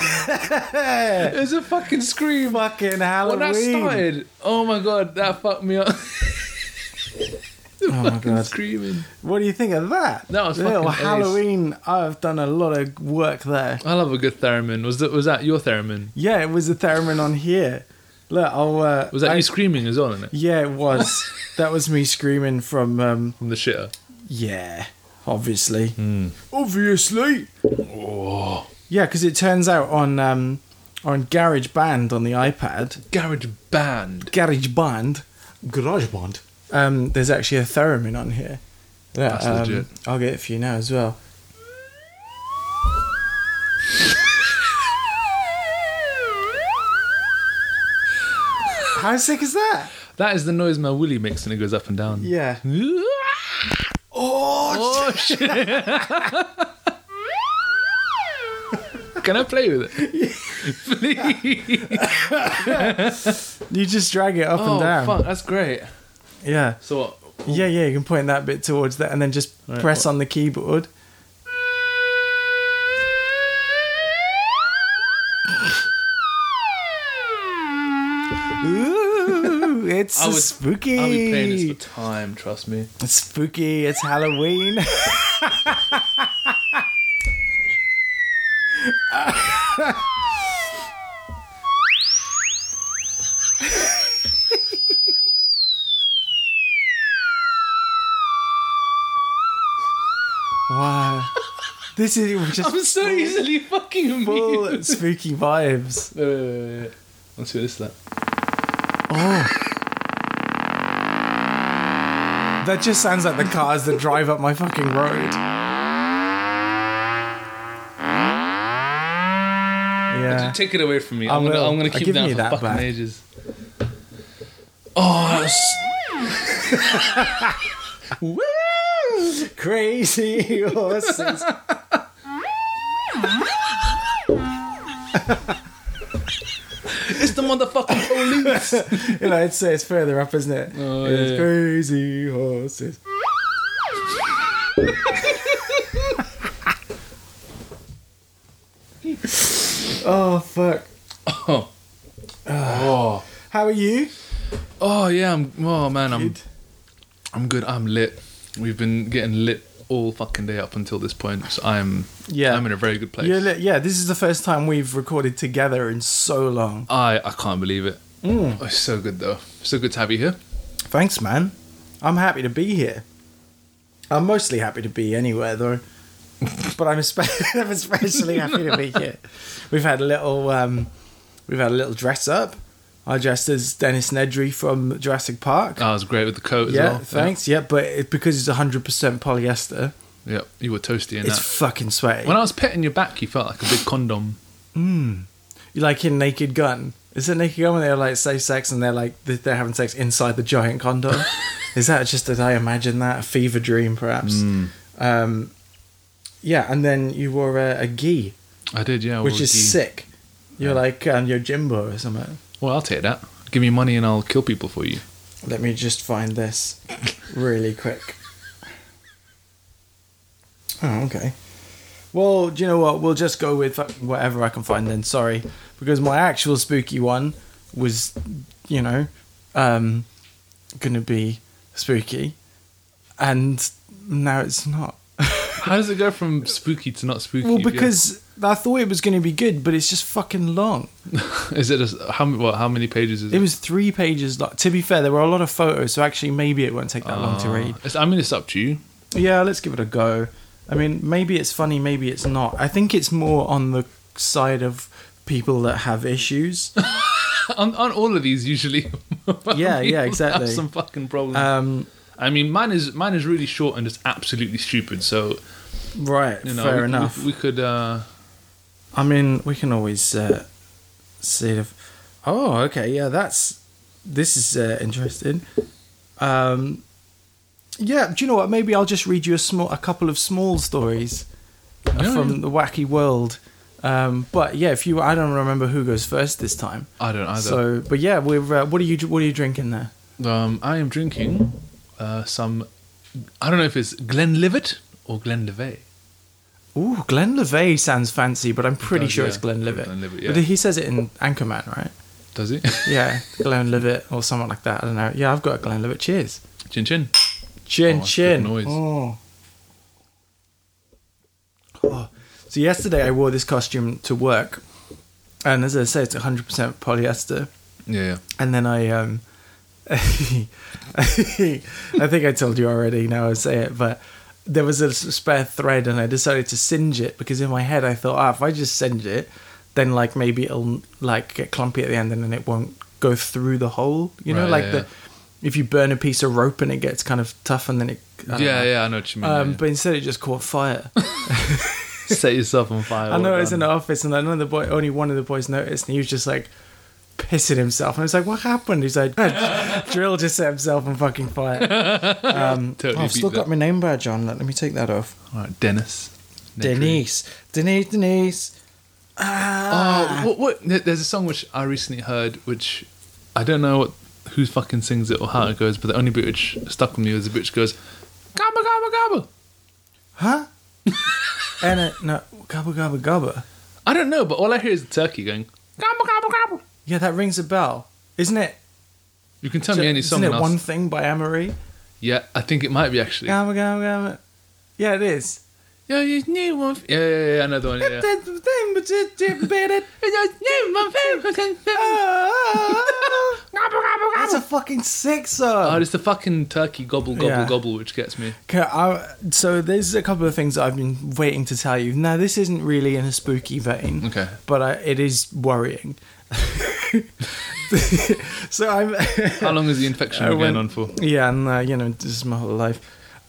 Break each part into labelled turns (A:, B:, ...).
A: Yeah,
B: It's a fucking scream.
A: fucking
B: When
A: Halloween.
B: that started, oh my god, that fucked me up.
A: oh my god.
B: Screaming.
A: What do you think of that?
B: That was
A: Little
B: fucking ace.
A: Halloween. I've done a lot of work there.
B: I love a good theremin. Was that was that your theremin?
A: Yeah, it was a theremin on here. Look, I'll. Uh,
B: Was that
A: I-
B: you screaming as well in it
A: Yeah, it was. that was me screaming from. Um,
B: from the shitter?
A: yeah, obviously.
B: Hmm.
A: Obviously. Yeah, because it turns out on um, on Garage Band on the iPad,
B: Garage band.
A: Garage Band, Garage Band. Um, there's actually a theremin on here. Yeah,
B: That's
A: um,
B: legit.
A: I'll get it for you now as well. How sick is that?
B: That is the noise my willy makes when it goes up and down.
A: Yeah.
B: Oh shit! Can I play with it? Please. Oh,
A: You just drag it up and down.
B: fuck, that's great.
A: Yeah.
B: So what?
A: Yeah, yeah, you can point that bit towards that and then just
B: Right,
A: press on the keyboard. Ooh, it's
B: I would-
A: spooky.
B: I'll be playing this for time. Trust me.
A: It's spooky, it's Halloween. wow. This is we're just
B: I'm so easily fucking
A: full
B: amused.
A: spooky vibes.
B: Wait, wait, wait, wait, wait. Let's see what this is. Like.
A: That just sounds like the cars that drive up my fucking road. Yeah.
B: Just take it away from me.
A: I
B: I'm gonna,
A: will.
B: I'm gonna
A: I'll
B: keep
A: give
B: that
A: you
B: for
A: that
B: fucking
A: back.
B: ages. Oh, that was-
A: Woo! Crazy horses.
B: it's the motherfucking police.
A: you know, it's, it's further up, isn't it?
B: Oh,
A: it's
B: yeah.
A: crazy horses. oh fuck!
B: oh. oh,
A: How are you?
B: oh yeah. I'm. Oh man, I'm.
A: Good.
B: I'm good. I'm lit. We've been getting lit all fucking day up until this point. So I'm.
A: Yeah.
B: I'm in a very good place.
A: You're li- yeah, this is the first time we've recorded together in so long.
B: I I can't believe it.
A: Mm.
B: Oh, it's so good though. So good to have you here.
A: Thanks, man. I'm happy to be here. I'm mostly happy to be anywhere, though. but I'm, espe- I'm especially happy to be here. We've had a little, um, we've had a little dress up. I dressed as Dennis Nedry from Jurassic Park.
B: I was great with the coat Oh, as
A: yeah,
B: well.
A: thanks. Yeah, but it, because it's 100% polyester,
B: Yeah. Yep, you were toasty in
A: it's
B: that.
A: fucking sweaty.
B: When I was petting your back, you felt like a big condom.
A: Mm. You like in Naked Gun. Is it Naked Gun when they're like safe sex and they're like th- they're having sex inside the giant condom? Is that just did I imagine that a fever dream perhaps?
B: Mm.
A: Um, yeah, and then you wore a, a gi,
B: I did, yeah. I
A: which
B: wore
A: is
B: a gi.
A: sick. You're like um, your Jimbo or something.
B: Well, I'll take that. Give me money and I'll kill people for you.
A: Let me just find this really quick. Oh, okay. Well, do you know what? We'll just go with fucking whatever I can find then. Sorry, because my actual spooky one was, you know, um, gonna be spooky, and now it's not.
B: How does it go from spooky to not spooky?
A: Well,
B: Yeah.
A: because I thought it was gonna be good, but it's just fucking long.
B: is it just how many? Well, how many pages is it?
A: It was three pages long. To be fair, there were a lot of photos, so actually maybe it won't take that long to
B: Ah.
A: read.
B: It's- I mean, it's up to you.
A: Yeah, let's give it a go. I mean, maybe it's funny, maybe it's not. I think it's more on the side of people that have issues.
B: on, on all of these, usually.
A: Yeah, yeah,
B: people
A: exactly.
B: Have some fucking problem.
A: Um,
B: I mean, mine is mine is really short and just absolutely stupid. So
A: right,
B: you know,
A: fair
B: we,
A: enough.
B: We, we could. uh
A: I mean, we can always uh, see if. Oh, okay, yeah, that's. This is uh, interesting. Um, yeah, do you know what? Maybe I'll just read you a small, a couple of small stories
B: Yeah,
A: from the wacky world. Um, but yeah, if you, I don't remember who goes first this time.
B: I don't either.
A: So, but yeah, we're. Uh, what are you? What are you drinking there?
B: Um, I am drinking uh, some I don't know if it's Glenlivet or Glenlivet.
A: Ooh, Glenlivet sounds fancy, but I'm pretty
B: does,
A: sure
B: yeah.
A: it's Glenlivet.
B: Glenlivet,
A: But
B: yeah.
A: he says it in Anchorman, right?
B: Does it?
A: Yeah, Glenlivet or something like that. I don't know. Yeah, I've got a Glenlivet. Cheers.
B: chin chin.
A: Chin
B: Oh, that's
A: chin.
B: good noise.
A: Oh. Oh. So yesterday I wore this costume to work, and as I say, it's 100% polyester.
B: Yeah, yeah.
A: And then I, um, I think I told you already. Now I say it, but there was a s- spare thread, and I decided to singe it because in my head I thought, ah, if I just singe it, then like maybe it'll like get clumpy at the end, and then it won't go through the hole. You know,
B: Right,
A: like
B: yeah,
A: the
B: yeah.
A: if you burn a piece of rope and it gets kind of tough, and then it I don't
B: yeah,
A: know.
B: yeah, I know what you mean.
A: Um,
B: yeah.
A: But instead, it just caught fire.
B: Set yourself on fire. um,
A: I know
B: well
A: it was in
B: done.
A: the office, and I know the boy. Only one of the boys noticed, and he was just like pissing himself. And I was like, "What happened?" He's like, "Drill just set himself on fucking fire." Um,
B: Totally
A: oh, I've
B: beat
A: still
B: that.
A: got my name badge on. Let me take that off.
B: All right, Dennis.
A: Denise, Denise, Denise. Ah,
B: Oh, what, what? there- There's a song which I recently heard, which I don't know what who fucking sings it or how it goes, but the only bit which stuck with me was the bit which goes, "Gabba gabba gabba."
A: huh? and it, no, gabba gabba gabba.
B: I don't know, but all I hear is the turkey going, "Gabba gabba gabba."
A: Yeah, that rings a bell, isn't it?
B: You can tell me any song.
A: Isn't
B: and
A: it
B: I'll-
A: one thing by Amory?
B: Yeah, I think it might be actually.
A: Gabba gabba gabba. Yeah, it is.
B: Yeah, you knew one. f- Yeah, yeah, yeah, another one. Yeah.
A: Ah. That's a fucking sick song.
B: Oh, it's the fucking turkey gobble gobble
A: Um, Yeah.
B: gobble which gets me.
A: Okay, I, so there's a couple of things that I've been waiting to tell you. Now this isn't really in a spooky vein,
B: Okay.
A: but I, it is worrying. so I'm.
B: How long is the infection
A: I
B: been going
A: went-
B: on for?
A: Yeah, and uh, you know this is my whole life.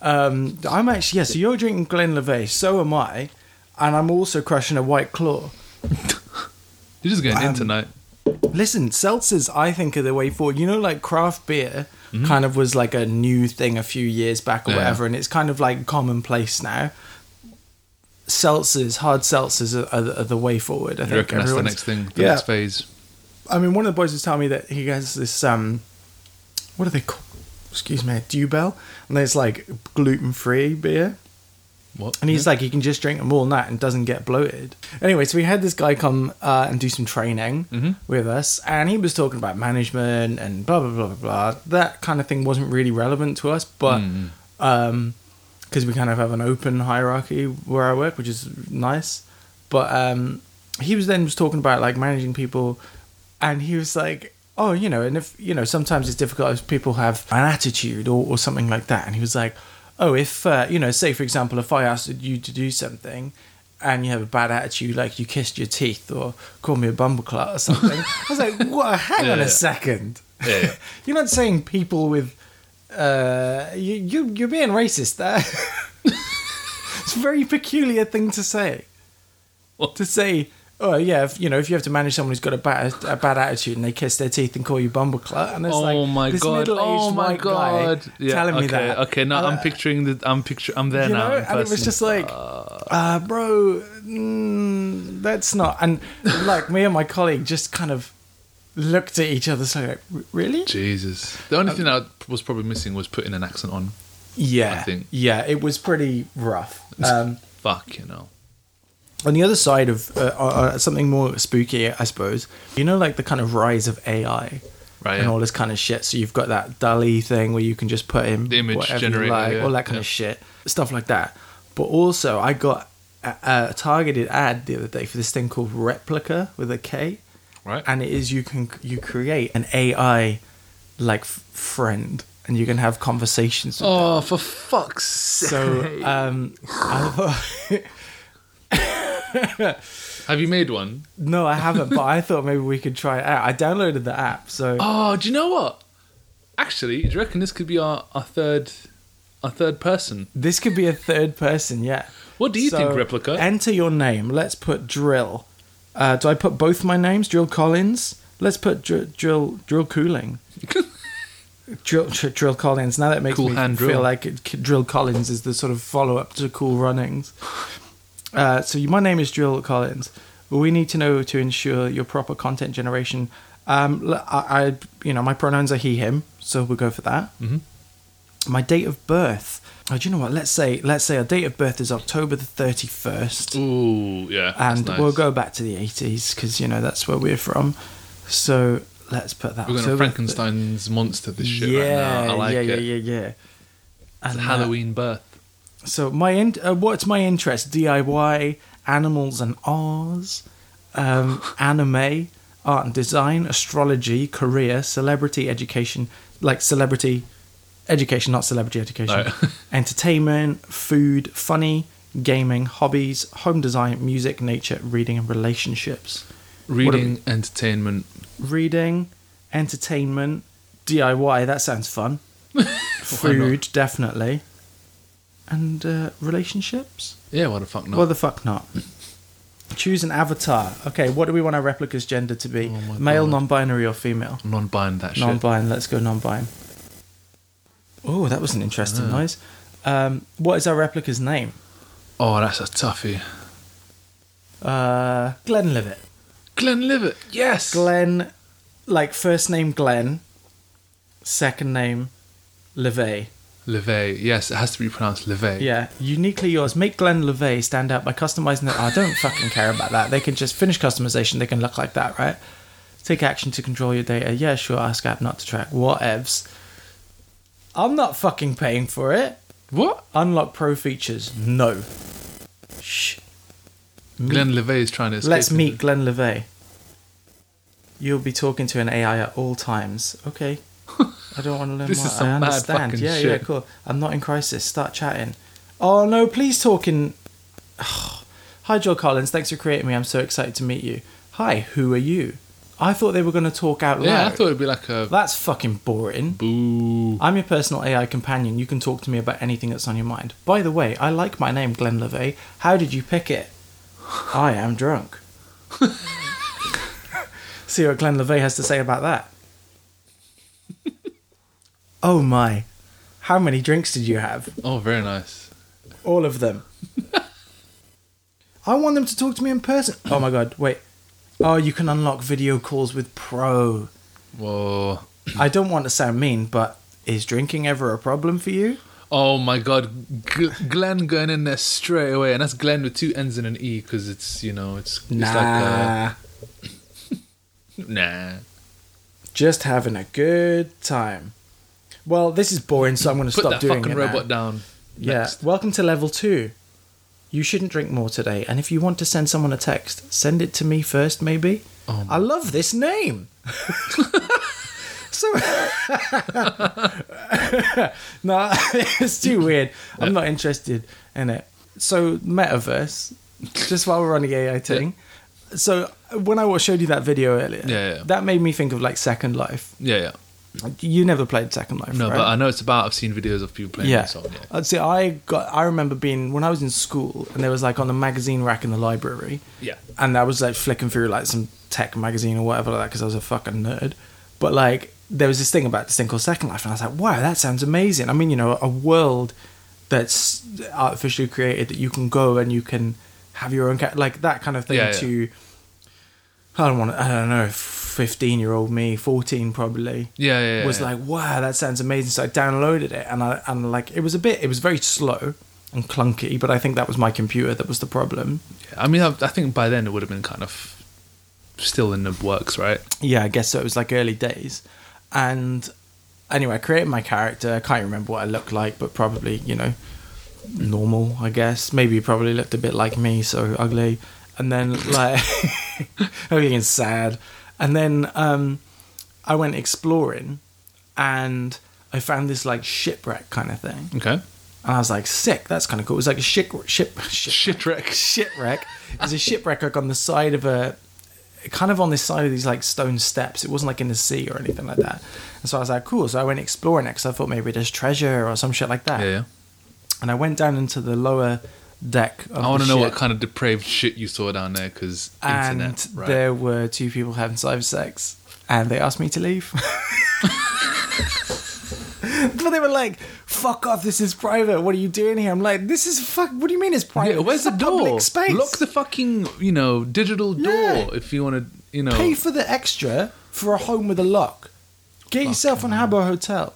A: Um, I'm actually yeah. So you're drinking Glenlivet, so am I, and I'm also crushing a White Claw.
B: You're just going in
A: Um,
B: tonight.
A: Listen, seltzers, I think, are the way forward. You know, like craft beer kind of was like a new thing a few years back or
B: Mm-hmm. Yeah.
A: whatever, and it's kind of like commonplace now. Seltzers, hard seltzers are, are, the- are the way forward. I
B: You
A: think
B: reckon that's the
A: everyone's-
B: next thing, the
A: yeah.
B: next phase.
A: I mean, one of the boys was telling me that he has this. um What are they called? Excuse me, Dewbell, and there's like gluten free beer.
B: What?
A: And he's like, he can just drink them all night and doesn't get bloated. Anyway, so we had this guy come uh, and do some training with us, and he was talking about management and blah blah blah blah blah. That kind of thing wasn't really relevant to us, but um 'cause because we kind of have an open hierarchy where I work, which is nice. But um, he was then was talking about like managing people, and he was like, oh, you know, and if you know, sometimes it's difficult if people have an attitude or, or something like that. And he was like, oh, if uh, you know, say for example, if I asked you to do something. And you have a bad attitude, like you kissed your teeth or called me a bumbleclot or something. I was like, "What? Hang on
B: Yeah.
A: a second!
B: Yeah, yeah.
A: you're not saying people with uh, you, you you're being racist there. it's a very peculiar thing to say. To say, oh yeah, if, you know, if you have to manage someone who's got a bad a bad attitude and they kiss their teeth and call you bumbleclut, and it's
B: oh
A: like
B: my
A: this
B: god!
A: middle-aged
B: Oh my
A: white guy
B: god! Yeah,
A: telling
B: okay,
A: me that.
B: Okay, now
A: And
B: I'm
A: I-
B: picturing the. I'm picture. I'm there
A: you
B: now.
A: know,
B: in
A: and it was
B: person.
A: just like, uh, bro, mm, that's not. And like me and my colleague just kind of looked at each other, so like, really?
B: Jesus. The
A: Uh,
B: only thing I was probably missing was putting an accent on.
A: Yeah,
B: I think.
A: yeah, it was pretty rough. Um,
B: Fuck you know.
A: on the other side of uh, uh, something more spooky, I suppose, you know, like the kind of rise of AI
B: Right,
A: and
B: yeah.
A: all this kind of shit. So you've got that Dali thing where you can just put in
B: The image
A: whatever you
B: generator,
A: like,
B: yeah,
A: all that kind
B: yeah.
A: of shit, stuff like that. But also, I got a, a targeted ad the other day for this thing called Replica with a K,
B: Right.
A: and it is you can you create an AI like f- friend, and you can have conversations. with
B: oh, for fuck's sake!
A: So um, I thought.
B: Have you made one?
A: No, I haven't, but I thought maybe we could try it out. I downloaded the app, so
B: Oh, do you know what? Actually, do you reckon this could be our, our third our third person?
A: this could be a third person, yeah.
B: What do you
A: So,
B: think, Replica?
A: Enter your name. Let's put Drill. Uh, do I put both my names? Drill Collins? Let's put Dr- Drill Drill Cooling. Drill, Dr- Drill Collins. Now that makes
B: Cool
A: me
B: hand
A: feel
B: drill.
A: like it, Drill Collins is the sort of follow up to Cool Runnings. Uh, so you, my name is Drill Collins. We need to know to ensure your proper content
B: Mm-hmm.
A: generation. Um, l- I, I- you know, my pronouns are he, him, so we'll go for that. my date of birth. Oh, do you know what? Let's say let's say our date of birth is October the thirty first,
B: Ooh, yeah. that's
A: and
B: nice.
A: we'll go back to the eighties because you know that's where we're from. So let's put that.
B: We're going to
A: October
B: Frankenstein's monster this shit
A: yeah,
B: right now. I like
A: yeah,
B: it.
A: yeah, yeah, yeah.
B: It's
A: And, uh,
B: Halloween birth.
A: so my in- uh, what's my interest? DIY, animals and R's, um, anime, art and design, astrology, career, celebrity education, like celebrity education, not celebrity education,
B: Right.
A: entertainment, food, funny, gaming, hobbies, home design, music, nature, reading, and relationships. What
B: Reading, entertainment.
A: Reading, entertainment, DIY. That sounds fun. food, definitely, and uh, relationships.
B: Yeah, what the fuck not?
A: Well, the fuck not? Choose an avatar. Okay, what do we want our replica's gender to be?
B: Oh my
A: Male,
B: God.
A: non-binary, or female?
B: non bind that shit.
A: Non-binary. Let's go non-binary. Oh, that was an interesting noise. Um, what is our replica's name?
B: oh, that's a toughie.
A: Uh, Glenlivet.
B: Glenn Livet. Yes.
A: Glen, like first name Glen, second name Levay.
B: Levay. Yes, it has to be pronounced Levay.
A: Yeah, uniquely yours. Make Glen Levay stand out by customizing their. I don't fucking care about that. They can just finish customization. They can look like that, right? Take action to control your data. Yeah, sure. Ask app not to track. Whatevs. I'm not fucking paying for it.
B: What?
A: Unlock pro features. No. Shh.
B: Glenn Levay is trying to escape.
A: Mm. Let's
B: him.
A: meet Glen Levay. You'll be talking to an AI at all times. Okay. I don't want to learn
B: This
A: more.
B: is some
A: I
B: mad
A: understand.
B: fucking
A: yeah, yeah,
B: shit.
A: cool. I'm not in crisis. Start chatting. Oh no, please talking. Hi, Joel Collins. Thanks for creating me. I'm so excited to meet you. Hi, who are you? I thought they were going to talk out loud.
B: Yeah, I thought it'd be like a
A: That's fucking boring.
B: boo.
A: I'm your personal AI companion. You can talk to me about anything that's on your mind. By the way, I like my name, Glenn LeVay. How did you pick it? I am drunk. See what Glenn LeVay has to say about that. oh my. How many drinks did you have?
B: Oh, very nice.
A: All of them. I want them to talk to me in person. Oh my god, wait. Oh, you can unlock video calls with Pro.
B: Whoa.
A: I don't want to sound mean, but is drinking ever a problem for you?
B: Oh my god, G- Glenn going in there straight away, and that's Glenn with two N's and an E because it's you know it's, it's like uh,
A: Nah,
B: a, nah.
A: just having a good time. Well, this is boring, so I'm going to
B: Put
A: stop
B: that
A: doing
B: fucking
A: it. now.
B: robot down.
A: Yeah.
B: Next.
A: Welcome to level two. You shouldn't drink more today, and if you want to send someone a text, send it to me first, maybe.
B: Oh my-
A: I love this name. so, no, it's too weird. I'm not interested in it. So, metaverse. Just while we're on the AI thing. So, when I showed you that video earlier,
B: Yeah, yeah.
A: that made me think of like Second Life.
B: Yeah, yeah.
A: You never played Second Life,
B: No,
A: right?
B: but I know it's about. I've seen videos of people playing
A: yeah.
B: that song. Yeah.
A: I'd say I got. I remember being when I was in school, and there was like on the magazine rack in the library.
B: Yeah.
A: And I was like flicking through like some tech magazine or whatever like that because I was a fucking nerd. But like there was this thing about this thing called Second Life, and I was like, wow, that sounds amazing. I mean, you know, a world that's artificially created that you can go and you can have your own ca- like that kind of thing
B: Yeah, yeah.
A: to. I don't want. to. I don't know. Fifteen-year-old me, fourteen probably
B: Yeah, yeah, yeah.
A: was
B: yeah.
A: like, wow, that sounds amazing. So I downloaded it, and I and like it was a bit, it was very slow and clunky, but I think that was my computer that was the problem.
B: I mean, I, I think by then it would have been kind of still in the works, right?
A: Yeah, I guess so. It was like early days, and anyway, I created my character. I can't remember what I looked like, but probably you know, normal. I guess maybe you probably looked a bit like me, so ugly, and then like ugly and sad, and then um, I went exploring, and I found this like shipwreck kind of thing.
B: Okay.
A: And I was like, sick, that's kind of cool. It was like a ship, ship, ship,
B: Shitrex.
A: shipwreck. It was a shipwreck like on the side of a, kind of on this side of these like stone steps. It wasn't like in the sea or anything like that. And so I was like, cool. So I went exploring it because I thought maybe there's treasure or some shit like that.
B: Yeah, yeah.
A: And I went down into the lower deck of
B: I want to know what
A: kind.
B: kind of depraved shit you saw down there because
A: Oh, and
B: internet, right?
A: there were two people having cyber sex and they asked me to leave but they were like fuck off this is private what are you doing here i'm like this is fuck what do you mean it's private
B: Yeah, where's
A: This
B: the
A: is a
B: door?
A: public space
B: Lock the fucking you know digital door
A: Yeah.
B: if you want to you know.
A: pay for the extra for a home with a lock get yourself an habbo hotel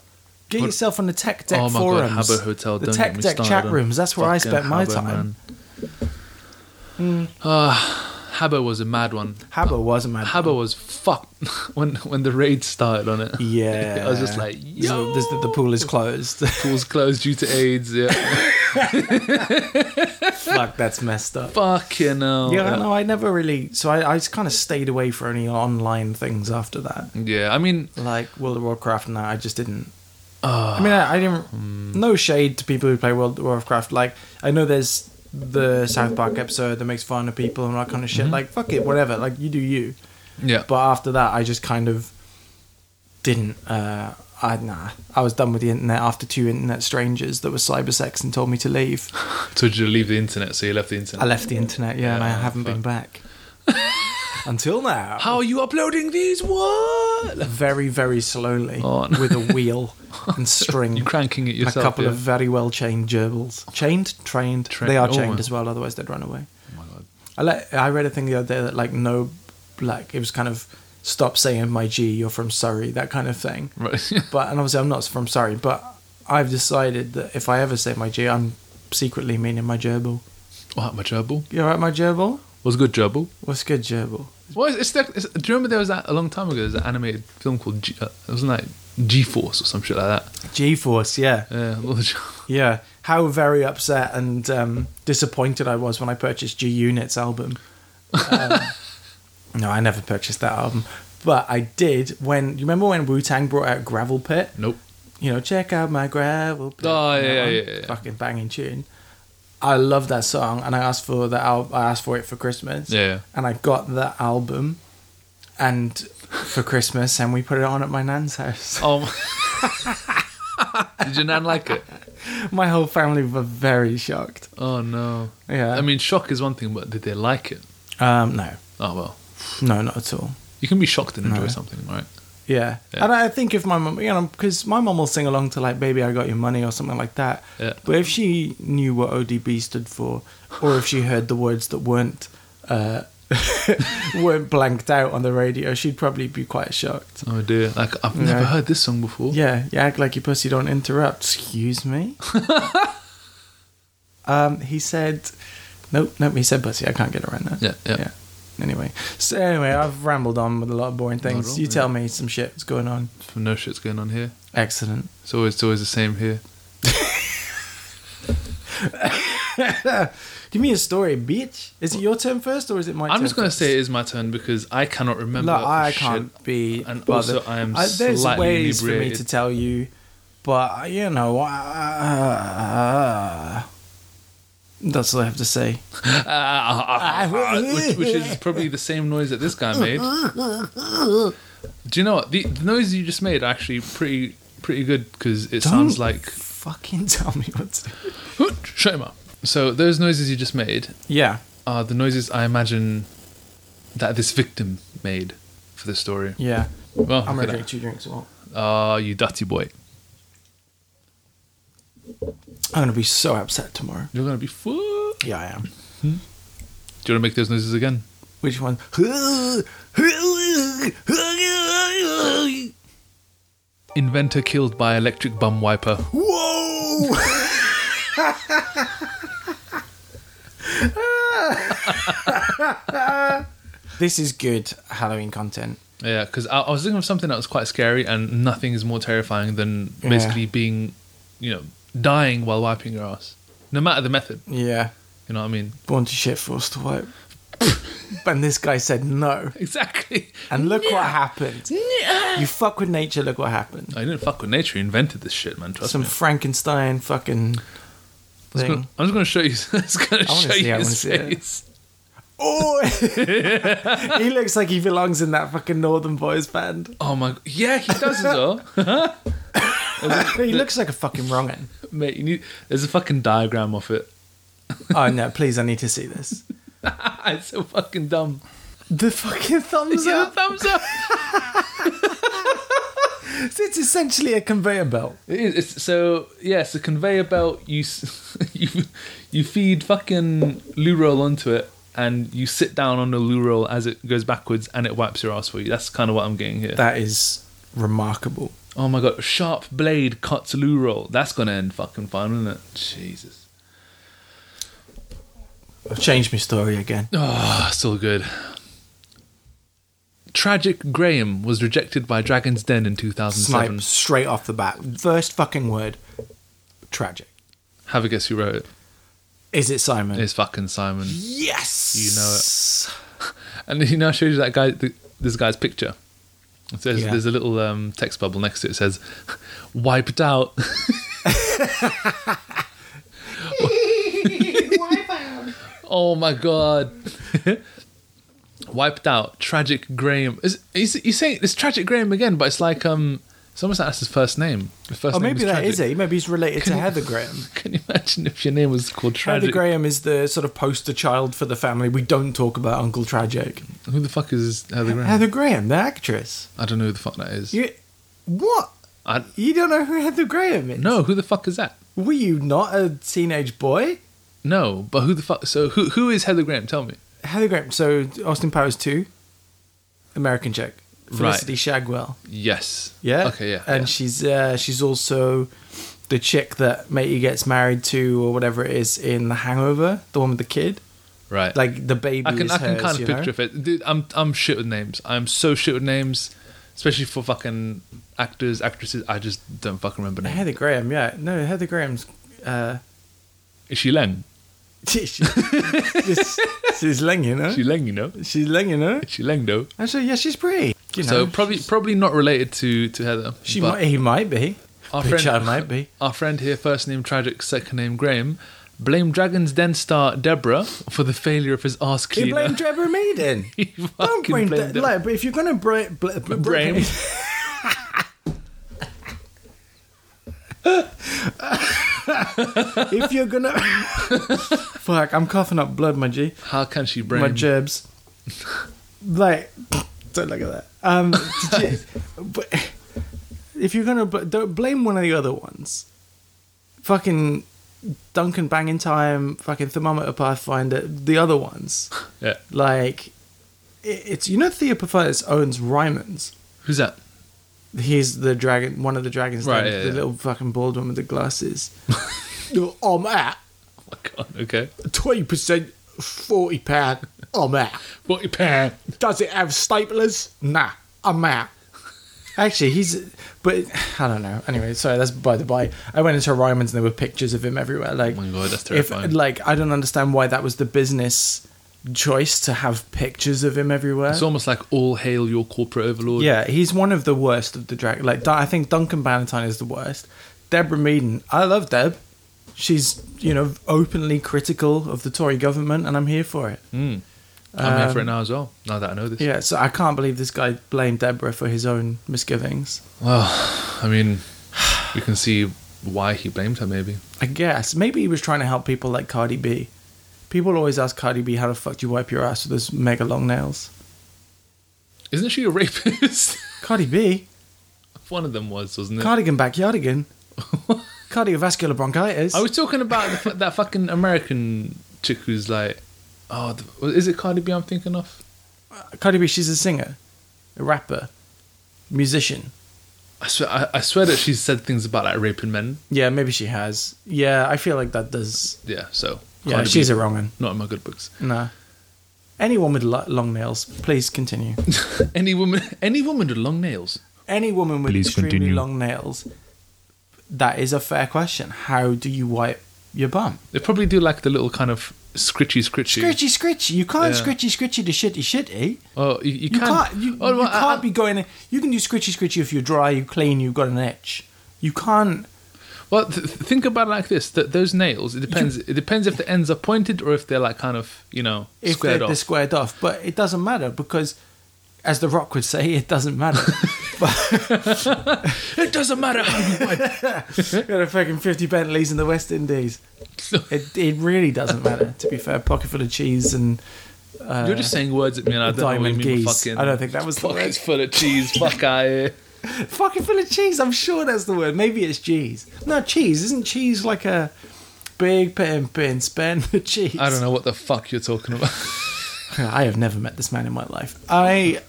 A: Get
B: What-
A: yourself on the tech deck
B: Oh my god,
A: forums,
B: Habbo Hotel.
A: the
B: don't
A: tech
B: get me
A: deck
B: started
A: chat
B: on
A: rooms. That's where I
B: fucking
A: spent my
B: Habbo,
A: time. Mm.
B: man. Ah, Habbo was a mad one.
A: Habbo wasn't my
B: Habbo was fucked when when the raid started on it.
A: Yeah,
B: I was just like, yo,
A: This- the, the pool is closed.
B: pool's closed due to AIDS. Yeah,
A: Fuck, that's messed up.
B: fucking hell.
A: Yeah, no, I never really. So I, I kind of stayed away for any online things after that,
B: Yeah, I mean,
A: like World of Warcraft and that. I just didn't.
B: uh,
A: I mean, I, I didn't. No shade to people who play World of Warcraft. Like, I know there's the South Park episode that makes fun of people and all that kind of shit. Like, fuck it, whatever. Like, you do you.
B: yeah,
A: But after that, I just kind of didn't. Uh, I nah. I was done with the internet after two internet strangers that were cyber sex and told me to leave.
B: so did you leave the internet? So you left the internet.
A: I left the internet, yeah, and I
B: Yeah,
A: haven't been back until now.
B: How are you uploading these? What?
A: Very, very slowly
B: Oh, no.
A: with a wheel and string.
B: You cranking it yourself?
A: a couple
B: yeah.
A: of very well chained gerbils. Chained, trained.
B: Trained,
A: They are
B: oh.
A: chained as well, otherwise they'd run away.
B: Oh my god.
A: I let, I read a thing the other day that like no, like it was kind of stop saying my G, you're from Surrey, that kind of thing.
B: Right.
A: But and obviously I'm not from Surrey, but I've decided that if I ever say my G, I'm secretly meaning my gerbil.
B: what my gerbil?
A: You alright, my gerbil?
B: Was good gerbil.
A: What's good, gerbil?
B: What is, it's that, it's, do you remember there was that a long time ago? There's an animated film called G, uh, wasn't that G Force or some shit like that?
A: G force, yeah.
B: Yeah, well, the-
A: Yeah, how very upset and um, disappointed I was when I purchased G Unit's album. Um, no, I never purchased that album, but I did when you remember when Wu Tang brought out Gravel Pit.
B: nope.
A: You know, check out my gravel pit.
B: Oh, yeah,
A: That
B: yeah,
A: one.
B: yeah, yeah.
A: fucking banging tune. I love that song, and I asked for the al- I asked for it for Christmas.
B: Yeah.
A: and I got the album, and for Christmas, and we put it on at my nan's house.
B: Oh. my- Did your nan like it?
A: My whole family were very shocked.
B: Oh no.
A: Yeah,
B: I mean, shock is one thing, but did they like it?
A: um, no,
B: Oh well.
A: No, not at all.
B: You can be shocked and enjoy
A: No.
B: something, right?
A: Yeah.
B: Yeah.
A: And I think if my mum, you know, because my mum will sing along to like "Baby, I Got Your Money" or something like that.
B: Yeah.
A: But if she knew what ODB stood for, or if she heard the words that weren't uh, weren't blanked out on the radio, she'd probably be quite shocked.
B: Oh dear. Like I've
A: Yeah.
B: never heard this song before.
A: Yeah, you act like your pussy don't interrupt. Excuse me. um, he said, nope, nope. He said pussy. I can't get around that.
B: Yeah, yeah.
A: Anyway, so anyway, I've rambled on with a lot of boring things.
B: all,
A: you
B: yeah.
A: tell me some shit that's going on.
B: No shit's going on here.
A: Excellent.
B: It's always, it's always the same here.
A: Give me a story, bitch. Is it your turn first, or is it my?
B: I'm
A: turn
B: just gonna
A: first?
B: say it is my turn because I cannot remember.
A: Look, I
B: shit.
A: can't be.
B: And
A: bothered.
B: also I am
A: there's
B: slightly
A: ways for me to
B: inebriated.
A: tell you, but you know, uh, that's all I have to say.
B: which, which is probably the same noise that this guy made. Do you know what the, the noise you just made? Are actually, pretty pretty good because it sounds
A: Don't
B: like
A: fucking tell me what's.
B: shut him up. So those noises you just made
A: Yeah,
B: are the noises I imagine that this victim made for the story.
A: yeah.
B: Well,
A: I'm
B: look
A: gonna drink
B: at
A: two drinks. Well,
B: that. Ah, you dirty boy!
A: I'm gonna be so upset tomorrow.
B: You're gonna be full. Do
A: Yeah, I am.
B: you want to make those noises again?
A: Which one?
B: Inventor killed by electric bum wiper.
A: Whoa! this is good Halloween content.
B: Yeah, because I, I was thinking of something that was quite scary, and nothing is more terrifying than
A: Yeah.
B: basically being, you know, dying while wiping your ass, no matter the method.
A: Yeah.
B: You know what I mean?
A: Born to shit, forced to wipe. and this guy said no.
B: Exactly.
A: And look what happened. You fuck with nature, look what happened.
B: I didn't fuck with nature. He invented this shit, man. Trust
A: Some
B: me.
A: Frankenstein fucking
B: I'm just,
A: thing.
B: gonna, I'm just gonna show you. I'm just gonna
A: I wanna
B: show
A: see it,
B: you
A: I
B: his
A: wanna see it.
B: face.
A: Oh! he looks like he belongs in that fucking Northern Boys band.
B: Oh my! Yeah, he does as well.
A: he looks like a fucking wrong'un.
B: Mate, you need. There's a fucking diagram of it.
A: Oh no, please, I need to see this.
B: it's so fucking dumb.
A: The fucking thumbs
B: Yeah,
A: up.
B: thumbs up.
A: So it's essentially a conveyor belt.
B: It is. It's, so yes, a conveyor belt. You s- you you feed fucking loo roll onto it, and you sit down on the loo roll as it goes backwards, and it wipes your ass for you. That's kind of what I'm getting here.
A: That is remarkable.
B: Oh my god, sharp blade cuts loo roll. That's gonna end fucking fine, isn't it? Jesus.
A: I've changed my story again.
B: Oh, still good. Tragic Graham was rejected by Dragon's Den in 2007.
A: Snipe straight off the bat. First fucking word. Tragic.
B: Have a guess who wrote it?
A: Is it Simon?
B: It's fucking Simon.
A: yes.
B: You know And he now shows you that guy, th- this guy's picture. It says
A: Yeah.
B: there's a little um, text bubble next to it. It says, "Wiped out." oh my god! Wiped out. Tragic Graham. Is, is you saying it's tragic Graham again? But it's like um, it's almost like that's his first name. His first
A: Oh,
B: name
A: maybe
B: is
A: that
B: tragic.
A: is it. Maybe he's related to Heather Graham.
B: Can you imagine if your name was called
A: Heather
B: Tragic?
A: Graham is the sort of poster child for the family. We don't talk about Uncle Tragic.
B: Who the fuck is Heather Graham?
A: Heather Graham, the actress.
B: I don't know who the fuck that is.
A: You what?
B: I,
A: You don't know who Heather Graham is?
B: no, who the fuck is that?
A: Were you not a teenage boy?
B: No, but who the fuck? So who who is Heather Graham? Tell me.
A: Heather Graham. So Austin Powers two, American chick,
B: Right.
A: Felicity Shagwell.
B: Yes.
A: Yeah.
B: Okay. Yeah.
A: And
B: yeah.
A: she's uh, she's also the chick that Matey gets married to, or whatever it is, in The Hangover. The one with the kid,
B: right.
A: like the baby.
B: I can
A: is
B: I can
A: hers,
B: kind of
A: you
B: picture
A: know?
B: if it. Dude, I'm I'm shit with names. I'm so shit with names, especially for fucking actors, actresses. I just don't fucking remember names.
A: Heather Graham. Yeah. No, Heather Graham's. Uh,
B: Is she Leng?
A: she- she's, she's Leng, you know.
B: She Leng, you know?
A: She's Leng, you know.
B: Is she Leng though?
A: Actually, yeah, she's pretty. You
B: so
A: know,
B: probably probably not related to to Heather.
A: she
B: but
A: might. He might be.
B: Our
A: Which I
B: friend-
A: might be.
B: Our friend here, first name Tragic, second name Graham, blamed Dragon's Den star Deborah for the failure of his ass
A: He
B: cleaner.
A: blamed Trevor Maiden.
B: He
A: Don't
B: fucking
A: blame
B: blamed
A: that.
B: him.
A: Like, but if you're gonna bra- bl- bl-
B: Brame.
A: if you're gonna, fuck, I'm coughing up blood, my G,
B: How can she blame?
A: my gerbs. Like, don't look at that. Um, did you- but if you're gonna, bl- don't blame one of the other ones. Fucking Duncan Banging Time, fucking Thermometer Pathfinder, the other ones.
B: yeah.
A: Like, it, it's you know Theopathus owns Ryman's.
B: Who's that?
A: He's the dragon, one of the dragons,
B: Right,
A: the-
B: yeah,
A: the
B: yeah.
A: little fucking bald one with the glasses. I'm at
B: Oh my god. Okay.
A: twenty percent, forty pound. I'm out.
B: Forty pound.
A: Does it have staplers? Nah, I'm out. Actually, he's, but I don't know. Anyway, sorry, that's by the by. I went into Ryman's and there were pictures of him everywhere. Like,
B: Oh my God, that's terrifying.
A: If, like, I don't understand why that was the business choice to have pictures of him everywhere.
B: It's almost like all hail your corporate overlord.
A: Yeah, he's one of the worst of the drag. Like Dun- I think Duncan Ballantyne is the worst. Deborah Meaden, I love Deb. She's you know openly critical of the Tory government, and I'm here for it.
B: Mm. I'm here for
A: Um,
B: it now as well. Now that I know this.
A: Yeah, so I can't believe this guy blamed Deborah for his own misgivings.
B: Well, I mean, we can see why he blamed her. Maybe
A: I guess maybe he was trying to help people like Cardi B. People always ask Cardi B, "How the fuck do you wipe your ass with those mega long nails?"
B: isn't she a rapist?
A: Cardi B,
B: One of them was, wasn't it?
A: cardigan backyardigan, cardiovascular bronchitis.
B: I was talking about the, fu- that fucking American chick who's like, oh, the, is it Cardi B? I'm thinking of.
A: Cardi B, she's a singer, a rapper, musician.
B: I swear, I, I swear that she said things about like raping men.
A: Yeah, maybe she has. Yeah, I feel like that does.
B: Yeah, so
A: Yeah,
B: Cardi
A: she's
B: B,
A: a wrong one.
B: not in my good books.
A: Nah. Anyone with lo- long nails, please continue.
B: any woman, any woman with long nails.
A: Any woman with
B: Please
A: extremely
B: continue.
A: long nails, that is a fair question. How do you wipe your bum?
B: They probably do like the little kind of scritchy, scritchy.
A: Scritchy, scritchy. You can't
B: Yeah.
A: scritchy, scritchy to shitty, shitty.
B: Oh, you, you,
A: You
B: can.
A: can't. You,
B: oh,
A: you
B: well, I-
A: can't
B: I-
A: be going. You can do scritchy, scritchy if you're dry, you clean, you've got an itch. You can't.
B: Well, th- th- think about it like this: that those nails. It depends. it depends if the ends are pointed or if they're like kind of you know
A: if
B: squared
A: they're,
B: off.
A: they're squared off. But it doesn't matter because, as The Rock would say, it doesn't matter.
B: it doesn't matter how you wipe.
A: Got a fucking 50 Bentleys in the West Indies. It, it really doesn't matter, to be fair. Pocket full of cheese and. Uh,
B: You're just saying words at me, and I don't know what you
A: Diamond
B: mean. by
A: geese.
B: Fucking.
A: I don't think that was the word.
B: Pockets full of cheese. Fuck I.
A: Pocket full of cheese, I'm sure that's the word. Maybe it's cheese. No, cheese. Isn't cheese like a big pin, pin, span of cheese?
B: I don't know what the fuck you're talking about.
A: I have never met this man in my life. I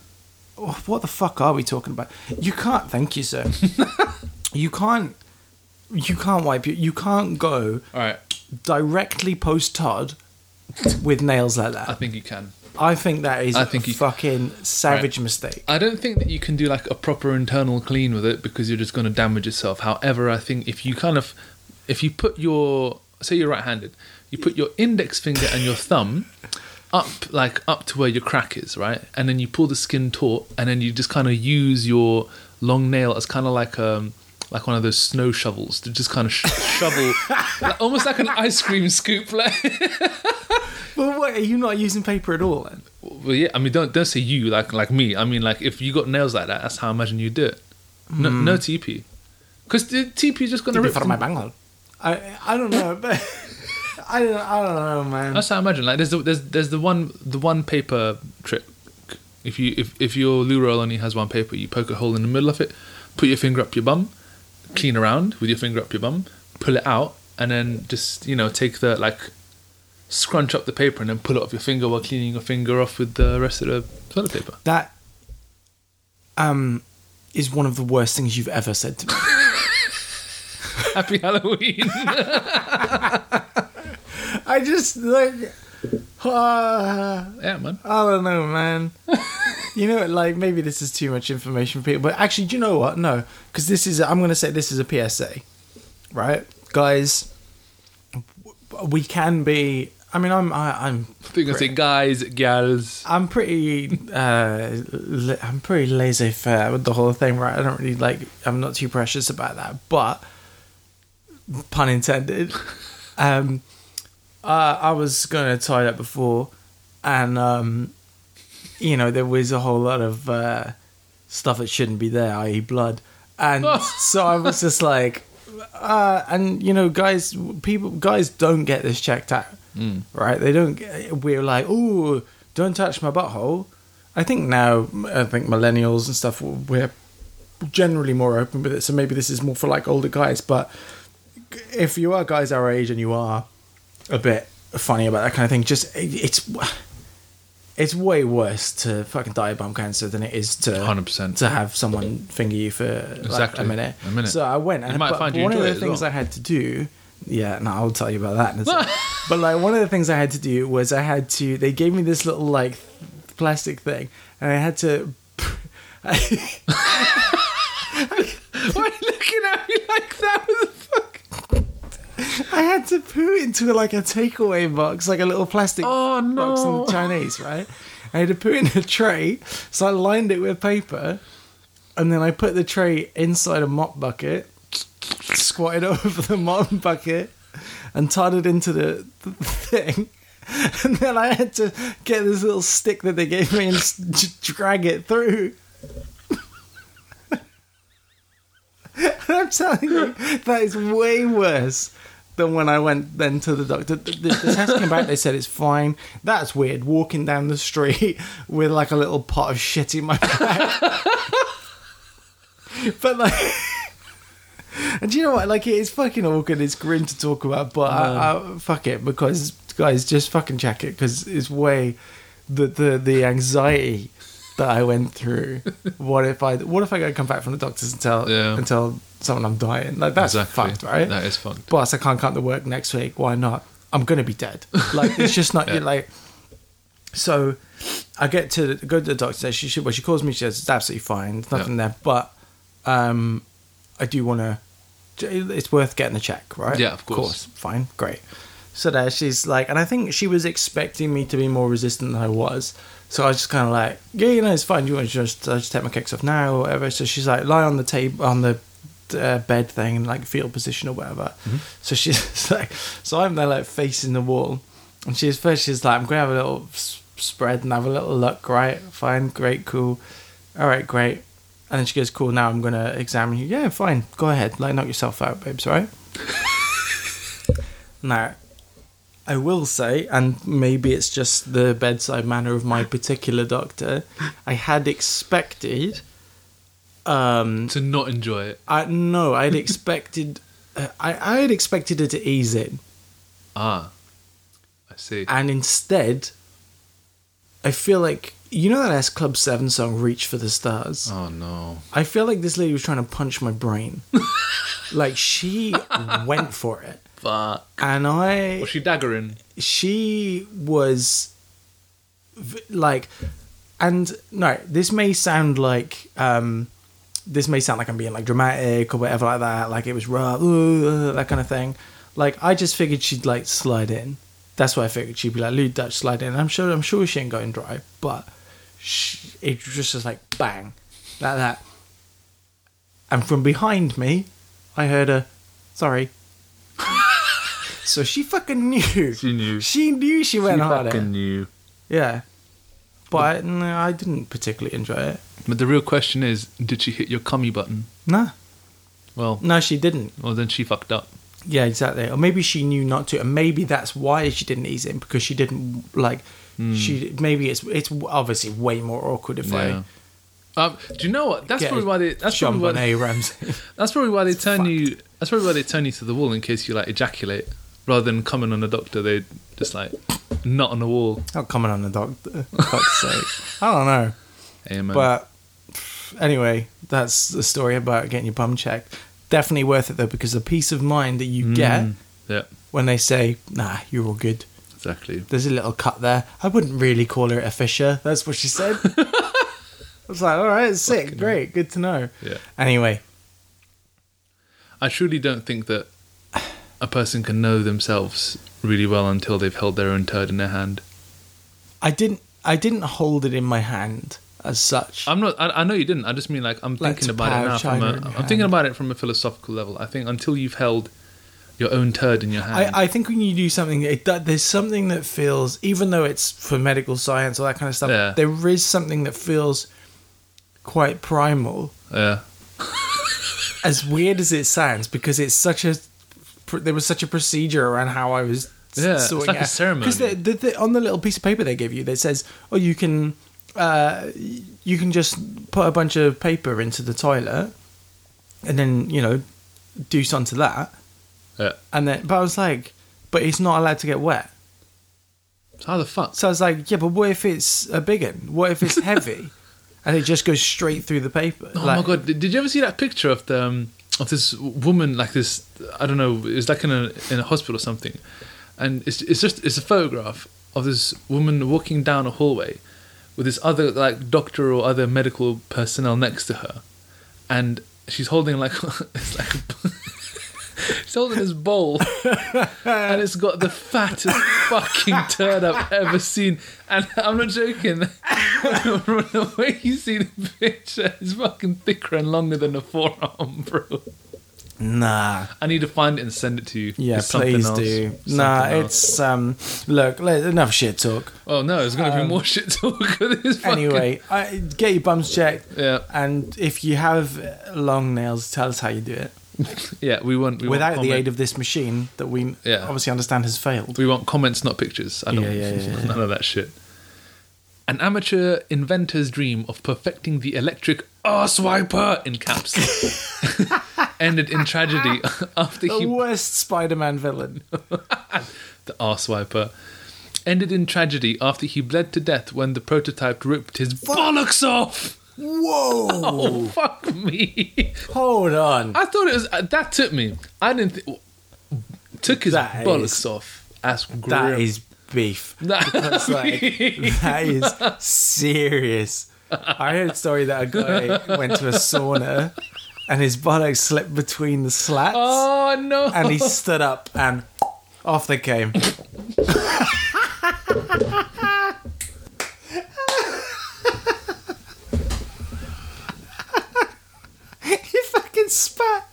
A: oh, what the fuck are we talking about? You can't. Thank you, sir. you can't. You can't wipe. You, you can't go
B: All right,
A: directly post Todd with nails like
B: I
A: that.
B: think you can.
A: I think that is
B: I think
A: a
B: you-
A: fucking savage mistake.
B: I don't think that you can do like a proper internal clean with it because you're just going to damage yourself. However, I think if you kind of, if you put your, say you're right-handed, you put your index finger and your thumb up, like up to where your crack is, right, and then you pull the skin taut, and then you just kind of use your long nail as kind of like um like one of those snow shovels to just kind of sh- shovel, like- almost like an ice cream scoop, like.
A: Well, what, are you not using paper at all then?
B: Well, yeah, I mean, don't don't say you like like me. I mean, like if you got nails like that, that's how I imagine you do it. No, no TP, because the TP is just gonna rip.
A: For
B: From,
A: my bangle. I I don't know, but I don't I don't know, man.
B: that's how I imagine. Like there's the, there's there's the one the one paper trick. If you if if your loo roll only has one paper, you poke a hole in the middle of it, put your finger up your bum, clean around with your finger up your bum, pull it out, and then just you know take the like scrunch up the paper and then pull it off your finger while cleaning your finger off with the rest of the toilet paper.
A: That um is one of the worst things you've ever said to me.
B: Happy Halloween.
A: I just like uh,
B: yeah, man.
A: I don't know, man. you know, like maybe this is too much information for people. But actually, do you know what? No, because this is. I'm going to say this is a PSA, right, guys? w- We can be. I mean, I'm. I, I'm.
B: They're gonna say guys, gals.
A: I'm pretty. Uh, la- I'm pretty laissez faire with the whole thing, right? I don't really like. I'm not too precious about that, but pun intended. Um, uh, I was going to tie that before, and um, you know there was a whole lot of uh, stuff that shouldn't be there, i.e., blood, and so I was just like, uh, and you know, guys, people, guys don't get this checked out, right? They don't. get- We're like, oh, don't touch my butthole. I think now, I think millennials and stuff, we're generally more open with it. So maybe this is more for like older guys, but if you are guys our age and you are a bit funny about that kind of thing, just it, it's it's way worse to fucking die of bum cancer than it is to
B: 100%.
A: to have someone finger you for like,
B: Exactly.
A: a minute.
B: A minute.
A: So I went
B: You
A: and
B: might
A: but
B: find you
A: one of
B: enjoy
A: the
B: it as
A: things
B: well.
A: I had to do. Yeah, no, I'll tell you about that. In a second. but like one of the things I had to do was I had to. They gave me this little like plastic thing, and I had to.
B: Why are you looking at me like that? What the fuck?
A: I had to poo into like a takeaway box, like a little plastic
B: Oh, no.
A: box in Chinese, right? I had to put in a tray, so I lined it with paper, and then I put the tray inside a mop bucket, squatted over the mop bucket, and tied it into the, the thing. And then I had to get this little stick that they gave me and s- d- drag it through. I'm telling you, that is way worse than when I went then to the doctor. The, the, the test came back, they said it's fine. That's weird, walking down the street with like a little pot of shit in my back. but like. And do you know what? Like, it's fucking awkward. It's grim to talk about, but I, I, fuck it because guys, just fucking check it because it's way the the the anxiety that I went through. what if I? What if I go come back from the doctors and tell
B: Yeah.
A: and tell someone I'm dying? Like that's
B: Exactly.
A: fucked, right?
B: That is fucked.
A: Boss, I can't come to work next week. Why not? I'm gonna be dead. Like it's just not
B: Yeah.
A: you're like. So, I get to go to the doctor. She she, well, she calls me. She says it's absolutely fine. There's nothing there, but um, I do want to. It's worth getting a check, right?
B: Yeah, of course.
A: Fine, great. So there, she's like, and I think she was expecting me to be more resistant than I was. So I was just kind of like, yeah, you know, it's fine. Do you want to just, I just take my kicks off now or whatever? So she's like, lie on the table, on the uh, bed thing, and like fetal position or whatever. So she's like, so I'm there like facing the wall, and she's first she's like, I'm gonna have a little s- spread and have a little look, right? Fine, great, cool, all right, great. And then she goes, cool. Now I'm gonna examine you. Yeah, fine. Go ahead, like knock yourself out, babes. all Right. Now, I will say, and maybe it's just the bedside manner of my particular doctor, I had expected. Um,
B: To not enjoy it.
A: I no, I'd expected. uh, I I had expected her to ease in,
B: Ah, I see.
A: and instead, I feel like You know that S Club 7 song, Reach for the Stars?
B: Oh no.
A: I feel like this lady was trying to punch my brain. like, she went for it.
B: Fuck.
A: And I.
B: Was she daggering?
A: She was. v- Like. And no, this may sound like. um this may sound like I'm being like dramatic or whatever like that, like it was rough, ooh, uh, that kind of thing. Like I just figured she'd like slide in. That's what I figured she'd be like, Lou Dutch slide in. I'm sure, I'm sure she ain't going dry, but she, it was just was like bang, like that. And from behind me, I heard a sorry. so she fucking knew.
B: She knew.
A: She knew she went hard. eh?
B: fucking
A: in.
B: knew.
A: Yeah. But I, no, I didn't particularly enjoy it.
B: But the real question is, did she hit your cummy button?
A: No,
B: Well,
A: no, she didn't.
B: well then she fucked up.
A: Yeah, exactly. Or maybe she knew not to, and maybe that's why she didn't ease in because she didn't like. She maybe it's it's obviously way more awkward if
B: Yeah. Um, do you know what?
A: I
B: That's
A: get
B: probably why they. That's probably
A: jump
B: why.
A: on
B: They,
A: A Ramsey.
B: that's probably why they turn you. That's probably why they turn you to the wall in case you like ejaculate, rather than coming on a doctor. They just like not on the wall.
A: not coming on the doctor. For fuck's sake. I don't know,
B: Amen.
A: but pff, anyway, that's the story about getting your bum checked. Definitely worth it though because the peace of mind that you get
B: yeah,
A: when they say, "Nah, you're all good."
B: exactly.
A: There's a little cut there. I wouldn't really call her a fisher. That's what she said. I was like, all right, sick, great, good to know.
B: Yeah.
A: Anyway,
B: I truly don't think that a person can know themselves really well until they've held their own turd in their hand.
A: I didn't. I didn't hold it in my hand as such.
B: I'm not. I, I know you didn't. I just mean like I'm
A: Like
B: thinking
A: to
B: about it now.
A: pouch
B: From
A: either in
B: a,
A: your
B: I'm
A: hand.
B: thinking about it from a philosophical level. I think until you've held your own turd in your hand,
A: I, I think when you do something, it, do- there's something that feels, even though it's for medical science all that kind of stuff,
B: Yeah.
A: there is something that feels quite primal.
B: yeah,
A: As weird as it sounds, because it's such a pr- there was such a procedure around how I was s-
B: Yeah, it's
A: sorting
B: like
A: it
B: a
A: out.
B: ceremony.
A: 'Cause the, the, the, on the little piece of paper they give you, that says, "Oh, you can uh, y- you can just put a bunch of paper into the toilet, and then you know do something to that."
B: yeah.
A: And then, but I was like, but it's not allowed to get wet.
B: So How the fuck?
A: So I was like, yeah, but what if it's a big one? What if it's heavy? and it just goes straight through the paper.
B: Oh
A: Like,
B: my god! Did, did you ever see that picture of the um, of this woman like this? I don't know. It was like in a in a hospital or something, and it's it's just it's a photograph of this woman walking down a hallway with this other like doctor or other medical personnel next to her, and she's holding like it's like. A, She's holding this bowl, and it's got the fattest fucking turd I've ever seen. And I'm not joking. From the way you see the picture, it's fucking thicker and longer than a forearm, bro.
A: Nah.
B: I need to find it and send it to you.
A: Yeah,
B: It's something
A: please
B: else.
A: do.
B: Something
A: Nah,
B: else.
A: it's um. Look, let, enough shit talk.
B: Oh no, there's gonna be more shit talk of this. Fucking...
A: Um, Anyway, I, get your bums checked.
B: Yeah.
A: And if you have uh, long nails, tell us how you do it
B: yeah, we want we
A: without
B: want
A: the
B: comment-
A: aid of this machine that we
B: Yeah.
A: obviously understand has failed.
B: we want comments, not pictures. I don't
A: Yeah, yeah, yeah, yeah.
B: none of that shit. An amateur inventor's dream of perfecting the electric swiper in caps ended in tragedy after
A: The
B: he
A: worst Spider-Man villain.
B: the arsewiper, ended in tragedy after he bled to death when the prototype ripped his bollocks off.
A: Whoa!
B: Oh, fuck me!
A: Hold on.
B: I thought it was uh, that took me. I didn't think took his
A: That is-
B: bollocks off. That's grim.
A: That is beef. That's like that is serious. I heard a story that a guy went to a sauna and his bollocks slipped between the slats
B: oh no!
A: and he stood up and off they came. he fucking spat.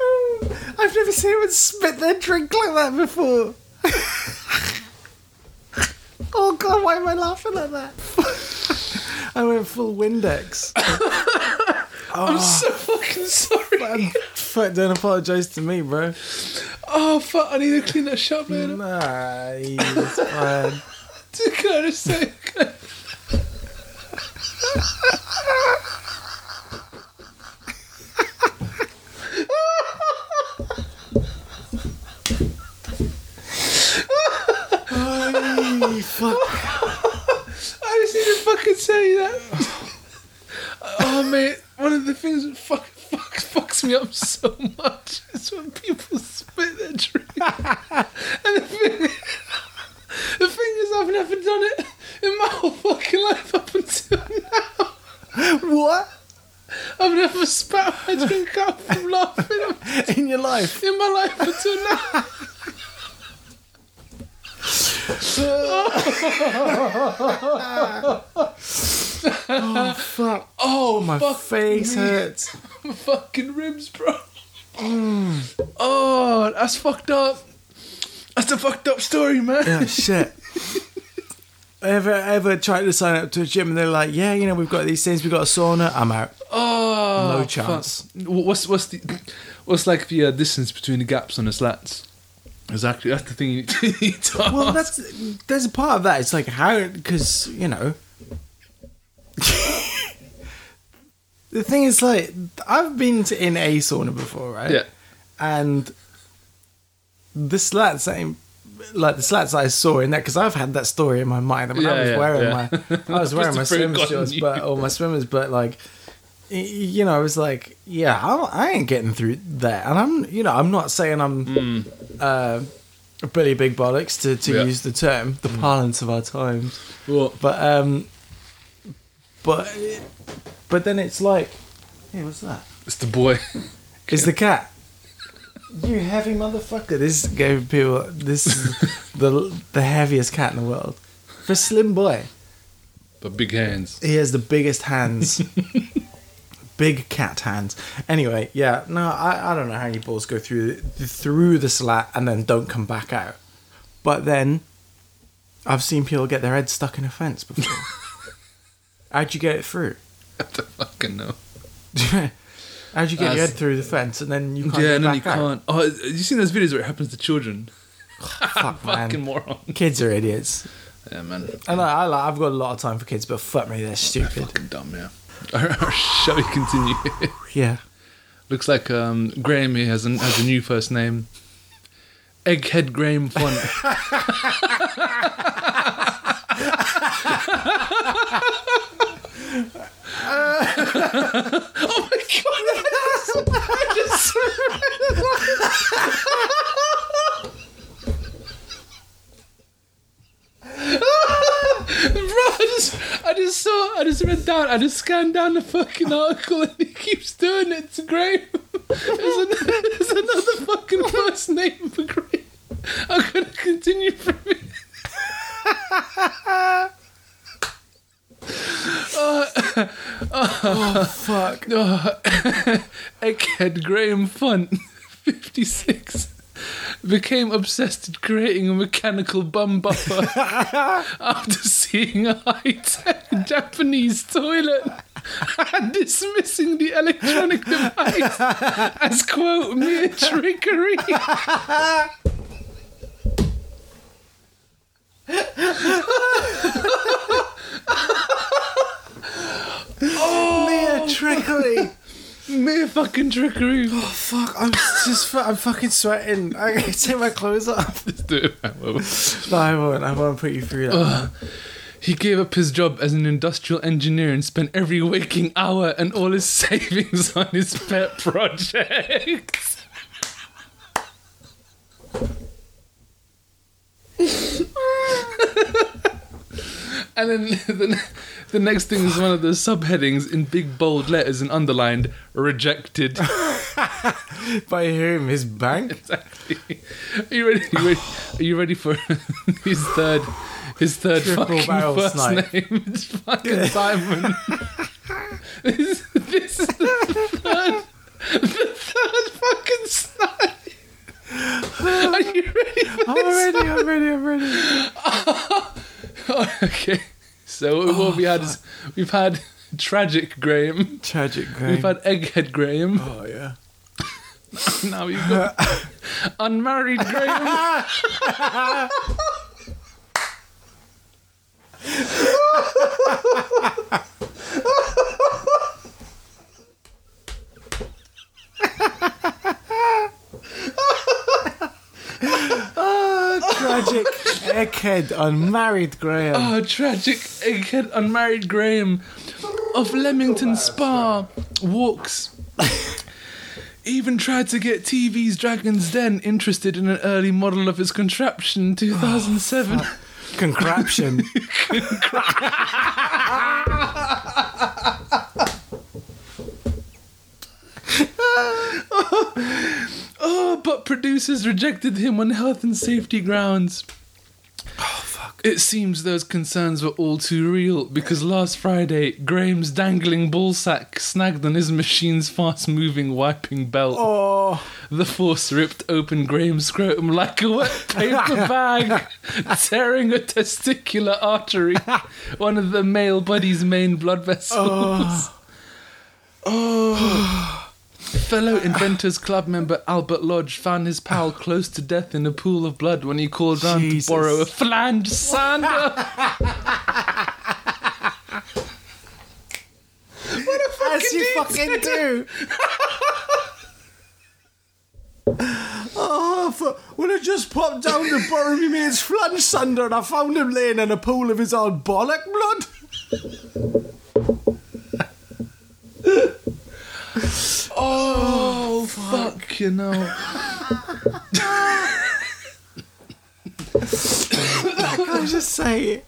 A: Oh, I've never seen anyone spit their drink like that before. oh god, why am I laughing at that? I went full Windex.
B: I'm so fucking sorry.
A: Man, fuck, don't apologise to me, bro.
B: Oh fuck! I need to clean that shop later.
A: Nah, it's fine.
B: To kind of say.
A: Fuck.
B: I just need mate, Oh, one of the things that fuck, fuck, fucks me up so much is when people spit their drink. and the thing, the thing is, I've never done it in my whole fucking life up until now.
A: What?
B: I've never spat my drink out from laughing
A: In your life?
B: in my life until now.
A: Fuck. Oh, my
B: fuck
A: face
B: me.
A: hurts.
B: My fucking ribs, bro.
A: Mm.
B: Oh, that's fucked up. That's a fucked up story, man.
A: Oh, shit. ever ever tried to sign up to a gym and they're like, yeah, you know, we've got these things, we've got a sauna. I'm out.
B: Oh,
A: No
B: fuck.
A: chance.
B: Wh- What's what's the what's like the uh, distance between the gaps on the slats? Exactly, that's the thing you need to, need to
A: Well,
B: ask.
A: that's there's a part of that. It's like how because you know. the thing is, like, I've been to, in a sauna before, right?
B: Yeah.
A: And the slats ain't like the slats I saw in that because I've had that story in my mind. I mean, I
B: Yeah,
A: was
B: yeah,
A: wearing
B: yeah.
A: my I was wearing my
B: Must have
A: swim
B: forgotten
A: shorts,
B: you.
A: but or my swimmers, but like. y- You know, I was like, yeah, I, I ain't getting through that, and I'm, you know, I'm not saying I'm
B: Mm.
A: uh, Billy Big Bollocks to, to
B: Yeah.
A: use the term, the parlance of our times.
B: Well,
A: But um, but but then it's like, hey, what's that?
B: it's the boy.
A: It's the cat. You heavy motherfucker! This gave people this is the the heaviest cat in the world. For slim boy,
B: But big hands.
A: he has the biggest hands. Big cat hands. Anyway, yeah, no, I, I don't know how your balls go through through the slat and then don't come back out. But then, I've seen people get their head stuck in a fence before. How'd you get it through?
B: I don't fucking know.
A: How'd you get your
B: That's-
A: head through the fence and then you can't
B: Yeah,
A: get
B: and then you
A: back out?
B: can't. Oh, you seen those videos where it happens to children?
A: Fuck, man.
B: Fucking moron.
A: Kids are idiots.
B: Yeah, man.
A: And I, I like, I've got a lot of time for kids, but fuck me, they're stupid.
B: Fucking dumb, yeah. Shall we continue?
A: Yeah.
B: Looks like um, Graham here has, an, has a new first name. Egghead Graham Font. oh my god! I just Bro, I just, I just saw, I just read down, I just scanned down the fucking article and he keeps doing it to Graham. There's, an, there's another fucking first name for Graham. I'm gonna continue from here.
A: Fuck.
B: Oh, Egghead Graham Funt, 56, became obsessed with creating a mechanical bum buffer after seeing a high tech Japanese toilet and dismissing the electronic device as, quote, mere trickery.
A: Mere trickery.
B: Mere fucking trickery.
A: fuck, I'm just, fu- I'm fucking sweating. I gotta take my clothes off.
B: Let's do it, man.
A: No, I won't. I won't put you through that.
B: He gave up his job as an industrial engineer and spent every waking hour and all his savings on his pet projects. and then the, the next thing is one of the subheadings in big bold letters and underlined rejected.
A: By whom? His bank?
B: Exactly. Are you ready? Are you ready, are you ready for his third? His third
A: Triple
B: fucking
A: barrel
B: first
A: snipe.
B: name is fucking Simon. this, this is the third, the third fucking snipe. Are you ready for
A: I'm ready, I'm ready, I'm ready.
B: Oh, okay. So what we
A: Oh,
B: had is we've had tragic Graham.
A: Tragic
B: We've
A: game.
B: had egghead Graham.
A: oh, yeah.
B: Now we've got unmarried Graham.
A: Tragic egghead, unmarried Graham.
B: Oh, tragic egghead unmarried Graham. of Leamington Spa walks. Even tried to get TV's Dragon's Den interested in an early model of his contraption in 2007.
A: Contraption.
B: oh, but producers rejected him on health and safety grounds. It seems those concerns were all too real because last Friday, Graham's dangling ballsack snagged on his machine's fast moving wiping belt.
A: oh,
B: The force ripped open Graham's scrotum like a wet paper bag, tearing a testicular artery, one of the male body's main blood vessels. Oh. Fellow Inventors Club member Albert Lodge found his pal close to death in a pool of blood when he called down
A: Jesus.
B: to borrow a flange sander. what a fucking
A: as you fucking do. Oh, for, well, I just popped down to borrow me mate's flange sunder and I found him laying in a pool of his own bollock blood.
B: Oh, fuck. you know.
A: Can I just say,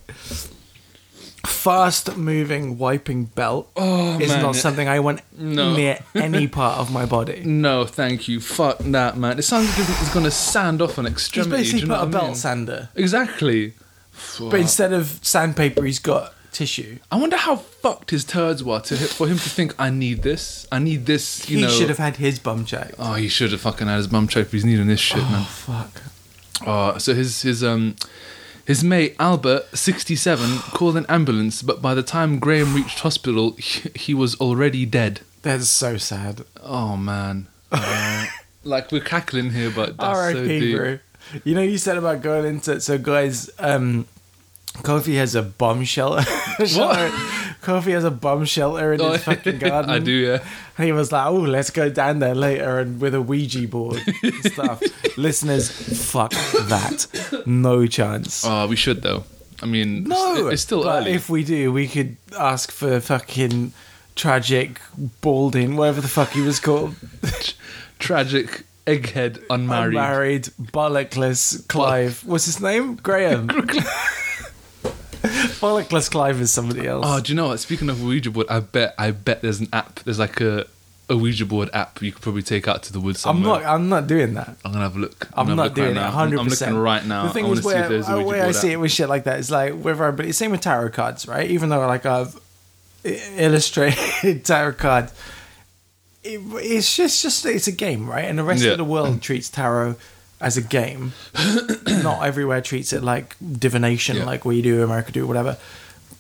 A: fast moving wiping belt
B: Oh,
A: is
B: man.
A: not something I want
B: No.
A: near any part of my body.
B: No, thank you. Fuck that, man. It sounds like it's going to sand off an
A: He's
B: extremity. do you
A: basically
B: know
A: put a
B: what I
A: belt
B: mean?
A: sander,
B: Exactly.
A: but instead of sandpaper, he's got tissue.
B: I wonder how fucked his turds were to for him to think, I need this. I need this. You
A: he
B: know.
A: should have had his bum checked.
B: Oh, he should have fucking had his bum checked. but He's needing this shit, man.
A: Oh fuck!
B: Oh, so his his um his mate Albert, sixty-seven, called an ambulance, but by the time Graham reached hospital, he, he was already dead.
A: That's so sad.
B: Oh man. Uh, like we're cackling here, but that's so
A: R.I.P.
B: deep.
A: bro. You know you said about going into so guys. um Kofi has a bomb shelter. shelter. Kofi has a bomb shelter in
B: Oh,
A: his fucking garden.
B: I do, yeah.
A: And he was like, "Oh, let's go down there later and with a Ouija board and stuff." Listeners, fuck that. No chance.
B: Oh, we should though. I mean,
A: no,
B: it's, it's still
A: but
B: early.
A: If we do, we could ask for fucking tragic balding, whatever the fuck he was called,
B: Tragic egghead unmarried.
A: unmarried, bollockless Clive. What's his name? Graham. bollockless Clive is somebody else.
B: Oh, do you know what? Speaking of Ouija board, I bet I bet there's an app. There's like a, a Ouija board app you could probably take out to the woods
A: I'm
B: somewhere.
A: not. I'm not doing that.
B: I'm gonna have a look.
A: I'm,
B: gonna
A: not
B: have a look right
A: doing
B: now.
A: it.
B: I'm-
A: Hundred
B: I'm
A: percent.
B: looking right now.
A: The thing
B: I want
A: is,
B: to see
A: where,
B: if there's a
A: uh,
B: Ouija
A: where
B: board
A: I see
B: app.
A: it with shit like that, it's like with everybody. Same with tarot cards, right? Even though like I've illustrated tarot cards, it, it's just just it's a game, right? And the rest
B: Yeah. Mm.
A: of the world treats tarot as a game. not everywhere treats it like divination,
B: Yeah.
A: like we do, America do, whatever.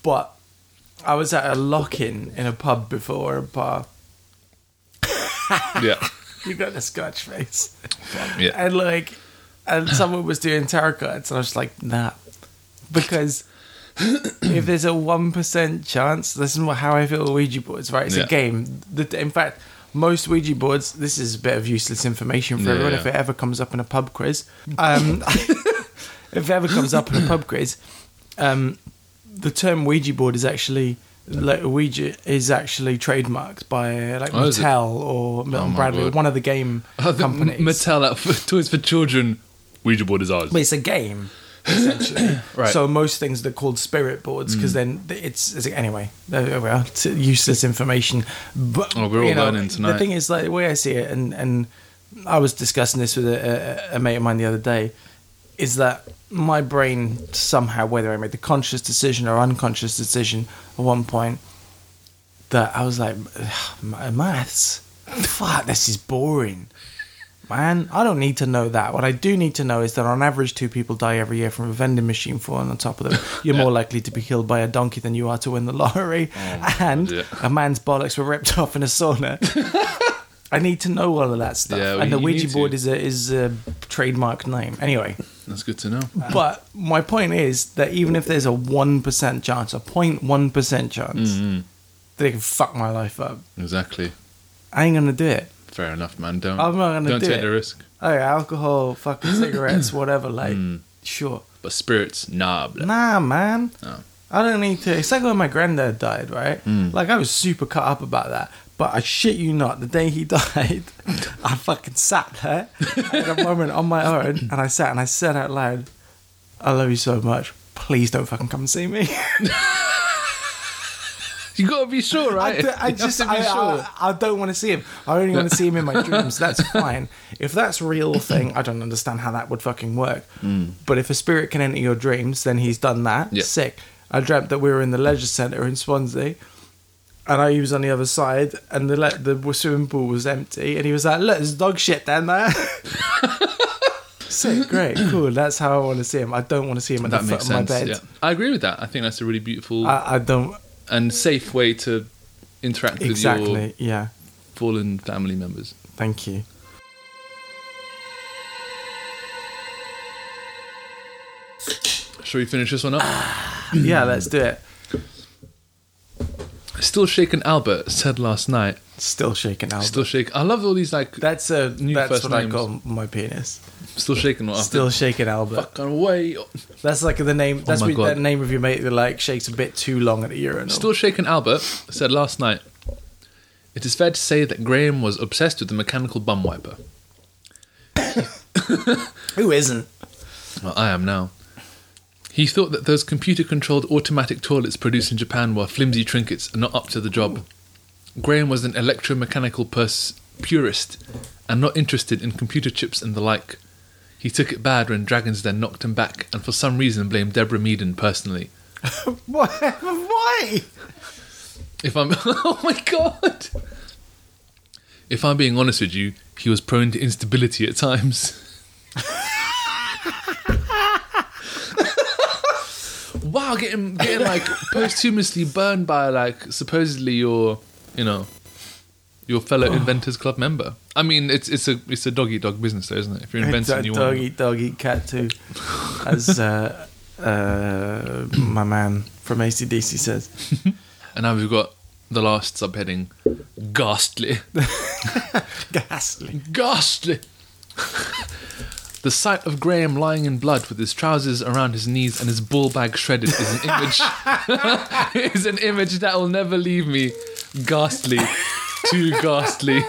A: But I was at a lock-in in a pub before a bar.
B: Yeah,
A: You got the scotch face.
B: yeah.
A: And like, and someone was doing tarot cards, and I was like, nah, because if there's a one percent chance, this is how I feel with Ouija boards. Right, it's
B: Yeah.
A: a game. The- In fact, most Ouija boards. This is a bit of useless information for
B: Yeah,
A: everyone
B: yeah.
A: if it ever comes up in a pub quiz. Um, if it ever comes up in a pub quiz, um, the term Ouija board is actually. Like Ouija is actually trademarked by like
B: Oh, is it?
A: Mattel or Milton
B: my
A: Bradley,
B: word.
A: one of the game
B: Oh, the M-
A: companies.
B: Mattel app for toys for children. Ouija board is ours.
A: But it's a game, essentially.
B: Right. Mm.
A: So most things they're called spirit boards because then it's, it's anyway. There we are. It's useless information. But
B: Oh, we're all
A: you know,
B: learning tonight.
A: The thing is, like the way I see it, and and I was discussing this with a, a, a mate of mine the other day, is that my brain somehow, whether I made the conscious decision or unconscious decision, at one point that I was like, "Ugh, maths. Fuck, this is boring. Man, I don't need to know that. What I do need to know is that on average, two people die every year from a vending machine falling on top of them. You're more likely to be killed by a donkey than you are to win the lottery.
B: Oh,
A: and
B: God,
A: a man's bollocks were ripped off in a sauna. I need to know all of that stuff.
B: Yeah, well,
A: and the
B: you
A: Ouija
B: need to.
A: board is a, is a trademark name. Anyway,
B: That's good to know.
A: but my point is that even if there's a 1% chance, a 0.1% chance, that it can fuck my life up,
B: Exactly.
A: I ain't going to do it.
B: Fair enough, man. Don't.
A: I'm not gonna
B: don't
A: do
B: take
A: it.
B: the risk.
A: Oh, yeah, alcohol, fucking cigarettes, whatever, like, sure.
B: But spirits, nah. Blah.
A: Nah, man.
B: No.
A: I don't need to. It's like when my granddad died, right? Like I was super cut up about that. But I shit you not, the day he died, I fucking sat there at a moment on my own, and I sat and I said out loud, "I love you so much. Please don't fucking come see me."
B: You gotta be sure, right?
A: I, d- I
B: You have
A: just
B: to be
A: I,
B: sure.
A: I, I don't want to see him. I only want to see him in my dreams. That's fine. If that's a real thing, I don't understand how that would fucking work. But if a spirit can enter your dreams, then he's done that.
B: Mm. Yeah.
A: Sick. I dreamt that we were in the leisure centre in Swansea. And I was on the other side, and the le- the swimming pool was empty, and he was like, "Look, there's dog shit down there." Sick, great, cool. That's how I want to see him. I don't want to see him at
B: that
A: the foot
B: makes
A: of my
B: sense.
A: bed.
B: Yeah. Uh, I agree with that. I think that's a really beautiful
A: I, I don't
B: and safe way to interact with your
A: exactly. Yeah,
B: fallen family members.
A: thank you.
B: Shall we finish this one up?
A: yeah, let's do it.
B: Still shaken. Albert said last night.
A: Still shaking Albert.
B: Still shaken. I love all these like
A: that's a
B: New
A: that's
B: first
A: what I
B: names.
A: call my penis.
B: still shaken. After
A: Still shaking Albert.
B: fucking way.
A: That's like the name. That's
B: Oh my
A: what,
B: God.
A: that name of your mate that like shakes a bit too long at the urinal.
B: Still shaken. Albert said last night. It is fair to say that Graham was obsessed with the mechanical bum wiper.
A: Who isn't?
B: Well, I am now. He thought that those computer controlled automatic toilets produced in Japan were flimsy trinkets and not up to the job. Graham was an electromechanical pers- purist and not interested in computer chips and the like. He took it bad when Dragons Den knocked him back and for some reason blamed Deborah Meaden personally.
A: Why? Why?
B: If I'm. oh my god! If I'm being honest with you, he was prone to instability at times. wow, getting getting like posthumously burned by like supposedly your, you know, your fellow inventors club member. I mean, it's it's a it's a dog eat dog business, though, isn't it? If you're inventing,
A: Dog,
B: you
A: dog
B: want
A: eat dog eat cat too, as uh, uh, my man from ACDC says.
B: And now we've got the last subheading, ghastly.
A: Ghastly.
B: ghastly. the sight of Graham lying in blood with his trousers around his knees and his ball bag shredded is an image is an image that will never leave me. Ghastly. Too ghastly.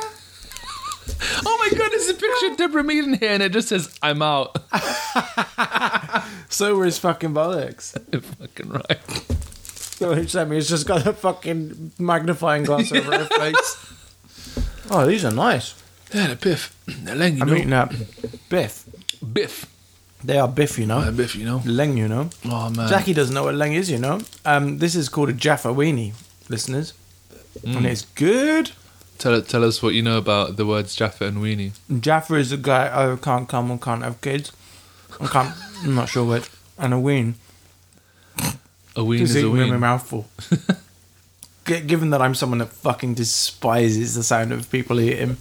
B: Oh my god, there's a picture of Deborah Meaden here and it just says, I'm out.
A: So were his fucking bollocks.
B: You're fucking right.
A: So he sent me. He's just got a fucking magnifying glass over her face. Oh, these are nice.
B: Yeah, the biff. The leng, you
A: I'm
B: know.
A: eating that biff.
B: biff.
A: They are biff, you know.
B: Uh, biff, you know.
A: Leng, you know.
B: Oh man.
A: Jackie doesn't know what Leng is, you know. Um, this is called a Jaffa weenie, listeners.
B: Mm.
A: And it's good.
B: Tell, tell us what you know about the words Jaffa and Weenie.
A: Jaffa is a guy I can't come and can't have kids. I can't, I'm not sure which. And a ween.
B: A ween
A: Just
B: is a
A: eating with a
B: ween.
A: mouthful. G- given that I'm someone that fucking despises the sound of people eating,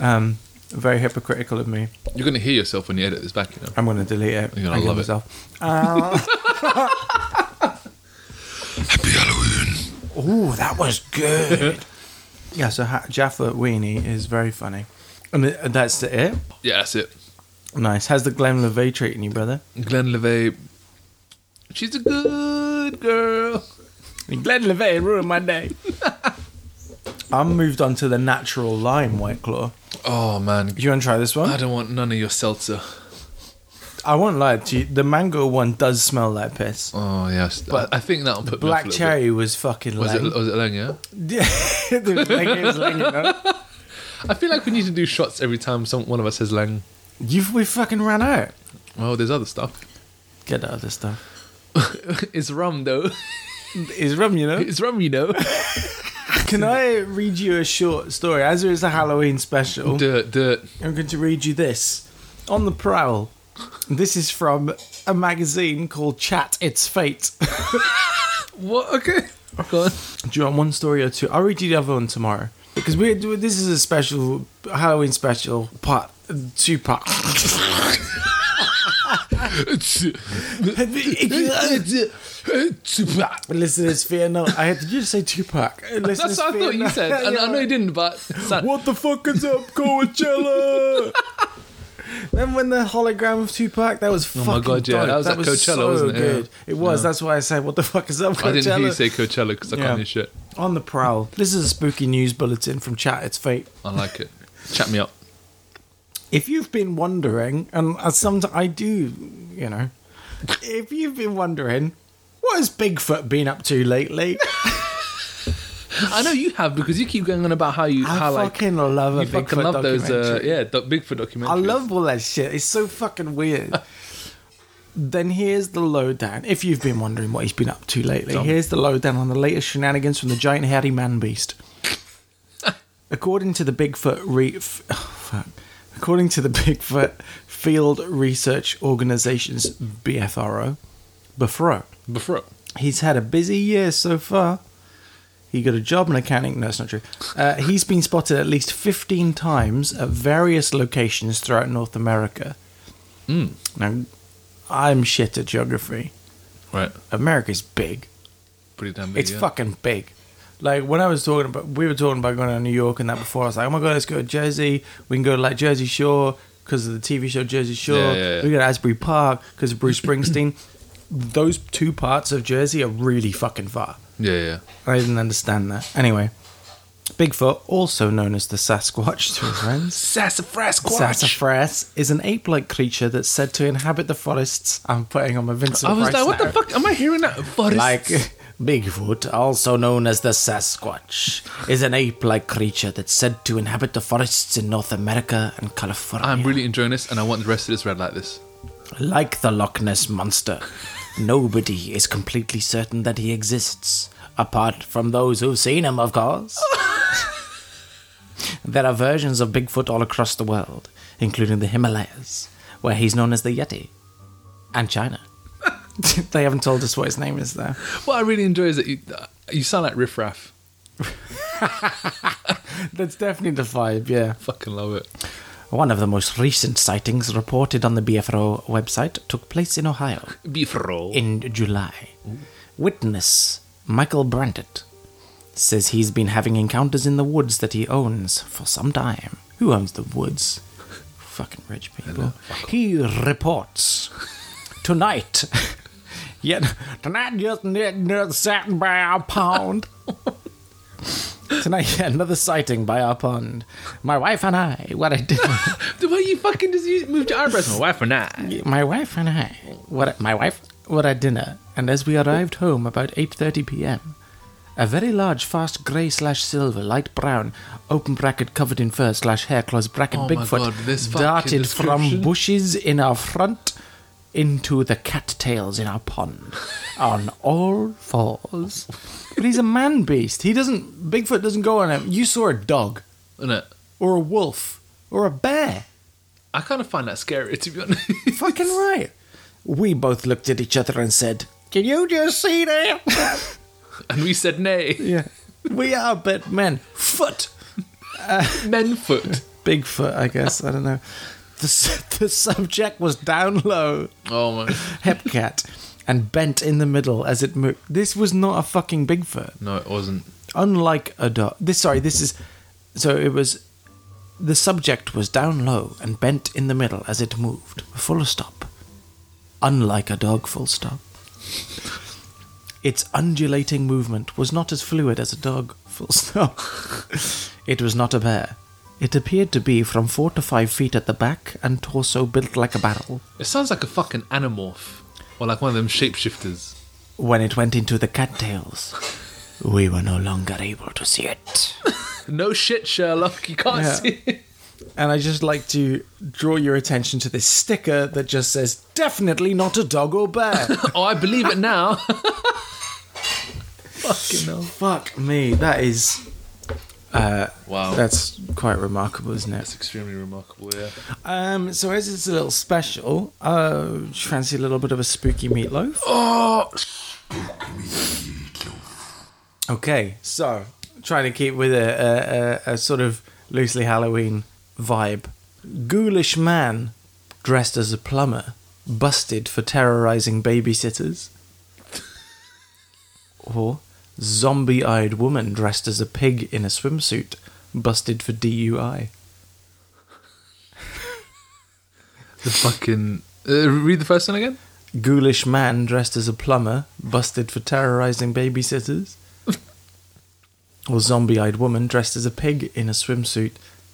A: um, very hypocritical of me.
B: You're gonna hear yourself when you edit this back, you know.
A: I'm going to delete it.
B: You're gonna
A: I kill
B: love it.
A: myself. Uh,
B: Happy Halloween.
A: Ooh, that was good. yeah, so ha- Jaffa Weenie is very funny. And th- that's it.
B: Yeah, that's it.
A: Nice. How's the Glen LeVay treating you, brother?
B: Glenn LeVay. She's a good girl.
A: Glen LeVay ruined my day. I'm moved on to the natural lime white claw.
B: Oh man,
A: Do you want to try this
B: I
A: one?
B: don't want none of your seltzer.
A: I won't lie to you. The mango one does smell like piss.
B: Oh yes,
A: But
B: I, I think that'll put me off a
A: Black
B: little
A: cherry was fucking
B: bit. Was
A: lame.
B: it was it Lang? Yeah.
A: Yeah, it was like- it was like, you know?
B: I feel like we need to do shots every time some one of us says Lang.
A: You've we fucking ran out.
B: Well, there's other stuff.
A: Get out of this stuff.
B: it's rum though.
A: It's rum, you know.
B: It's rum, you know.
A: Can I read you a short story? As it's a Halloween special,
B: dirt, dirt.
A: I'm going to read you this. On the Prowl. This is from a magazine called Chat It's Fate.
B: What? Okay. Go on.
A: Do you want one story or two? I'll read you the other one tomorrow. Because we this is a special Halloween special part two part. uh, Listeners, fear not. I had to just say Tupac.
B: That's what I thought you said, and I know you didn't, but
A: What the fuck is up, Coachella? Then when the hologram of Tupac, that was
B: Oh
A: fucking
B: my God, yeah,
A: dope.
B: that was at Coachella,
A: so
B: wasn't it? Yeah.
A: good. It was.
B: Yeah.
A: That's why I said, "What the fuck is up?" Coachella?
B: I didn't hear you say Coachella because I
A: Yeah.
B: can't hear shit.
A: On the prowl. This is a spooky news bulletin from Chat. It's fate.
B: I like it. Chat me up.
A: If you've been wondering, and sometimes I do, you know, if you've been wondering, what has Bigfoot been up to lately?
B: I know you have because you keep going on about how you
A: I
B: how like
A: fucking love a
B: you fucking
A: Bigfoot
B: love those uh,
A: documentary.
B: yeah doc- Bigfoot documentaries.
A: I love all that shit. It's so fucking weird. then here's the lowdown. If you've been wondering what he's been up to lately,
B: Dumb.
A: here's the lowdown on the latest shenanigans from the giant hairy man beast. According to the Bigfoot re- f- oh, fuck. According to the Bigfoot Field Research Organization's BFRO, Befro.
B: Before
A: He's had a busy year so far. He got a job in accounting. No, it's not true. Uh, he's been spotted at least 15 times at various locations throughout North America.
B: Hmm.
A: Now, I'm shit at geography.
B: right,
A: America's big.
B: pretty damn big.
A: It's
B: yeah.
A: fucking big. Like when I was talking about, we were talking about going to New York and that before. I was like, oh my god, let's go to Jersey. We can go to like Jersey Shore because of the TV show Jersey Shore.
B: Yeah, yeah, yeah.
A: We go to Asbury Park because of Bruce Springsteen. Those two parts of Jersey are really fucking far.
B: Yeah, yeah.
A: I didn't understand that. Anyway, Bigfoot, also known as the Sasquatch to his friends,
B: Sassafras
A: Sassafras is an ape-like creature that's said to inhabit the forests. I'm putting on my Vincent.
B: I was
A: Price
B: like, what the
A: now.
B: fuck? Am I hearing that? Forest.
A: Like Bigfoot, also known as the Sasquatch, is an ape-like creature that's said to inhabit the forests in North America and California.
B: I'm really enjoying this, and I want the rest of this read like this.
A: Like the Loch Ness Monster, nobody is completely certain that he exists, apart from those who've seen him, of course. there are versions of Bigfoot all across the world, including the Himalayas, where he's known as the Yeti, and China. they haven't told us what his name is, though.
B: What I really enjoy is that you, uh, you sound like Riff Raff.
A: That's definitely the vibe, yeah.
B: Fucking love it.
A: One of the most recent sightings reported on the BFRO website took place in Ohio.
B: Beef roll.
A: in July. Witness Michael Brandett says he's been having encounters in the woods that he owns for some time. Who owns the woods? Fucking rich people. He reports tonight. Yet tonight, just another sighting by our pond. Tonight, yet another sighting by our pond. My wife and I, what I did.
B: the way you fucking just use, moved your eyebrows. My wife and I.
A: my wife and I were at, my wife were at dinner, and as we arrived home about 8:30 p.m., a very large, fast grey slash silver, light brown, open bracket covered in fur slash hair close bracket
B: Oh my
A: Bigfoot
B: God, this fucking
A: darted from
B: description.
A: bushes in our front into the cattails in our pond on all fours. But he's a man beast. He doesn't. Bigfoot doesn't go on him. You saw a dog
B: Innit?
A: or a wolf or a bear.
B: I kind of find that scary, to be honest.
A: Fucking right. We both looked at each other and said, Can you just see that?
B: and we said nay.
A: yeah. We are but men. Foot.
B: Menfoot.
A: Bigfoot, I guess. I don't know. The, s- the subject was down low,
B: Oh my.
A: hepcat, and bent in the middle as it moved. This was not a fucking Bigfoot.
B: No, it wasn't.
A: Unlike a dog. This, sorry, this is. So it was. The subject was down low and bent in the middle as it moved. Full stop. Unlike a dog, full stop. Its undulating movement was not as fluid as a dog, full stop. it was not a bear. It appeared to be from four to five feet at the back and torso built like a barrel.
B: It sounds like a fucking animorph. Or like one of them shapeshifters.
A: When it went into the cattails, we were no longer able to see it.
B: No shit, Sherlock. You can't
A: Yeah.
B: see it.
A: And I just like to draw your attention to this sticker that just says, definitely not a dog or bear.
B: Oh, I believe it now. fucking hell.
A: Fuck me, that is. Uh,
B: Wow.
A: That's quite remarkable, isn't it?
B: That's extremely remarkable, yeah.
A: Um, so as it's a little special, uh, do you fancy a little bit of a spooky meatloaf?
B: Oh,
A: Okay, so trying to keep with a, a, a, a sort of loosely Halloween vibe. Ghoulish man dressed as a plumber busted for terrorizing babysitters. or zombie eyed woman dressed as a pig in a swimsuit busted for DUI.
B: The fucking. Uh, read the first one again.
A: Ghoulish man dressed as a plumber busted for terrorizing babysitters. or zombie eyed woman dressed as a pig in a swimsuit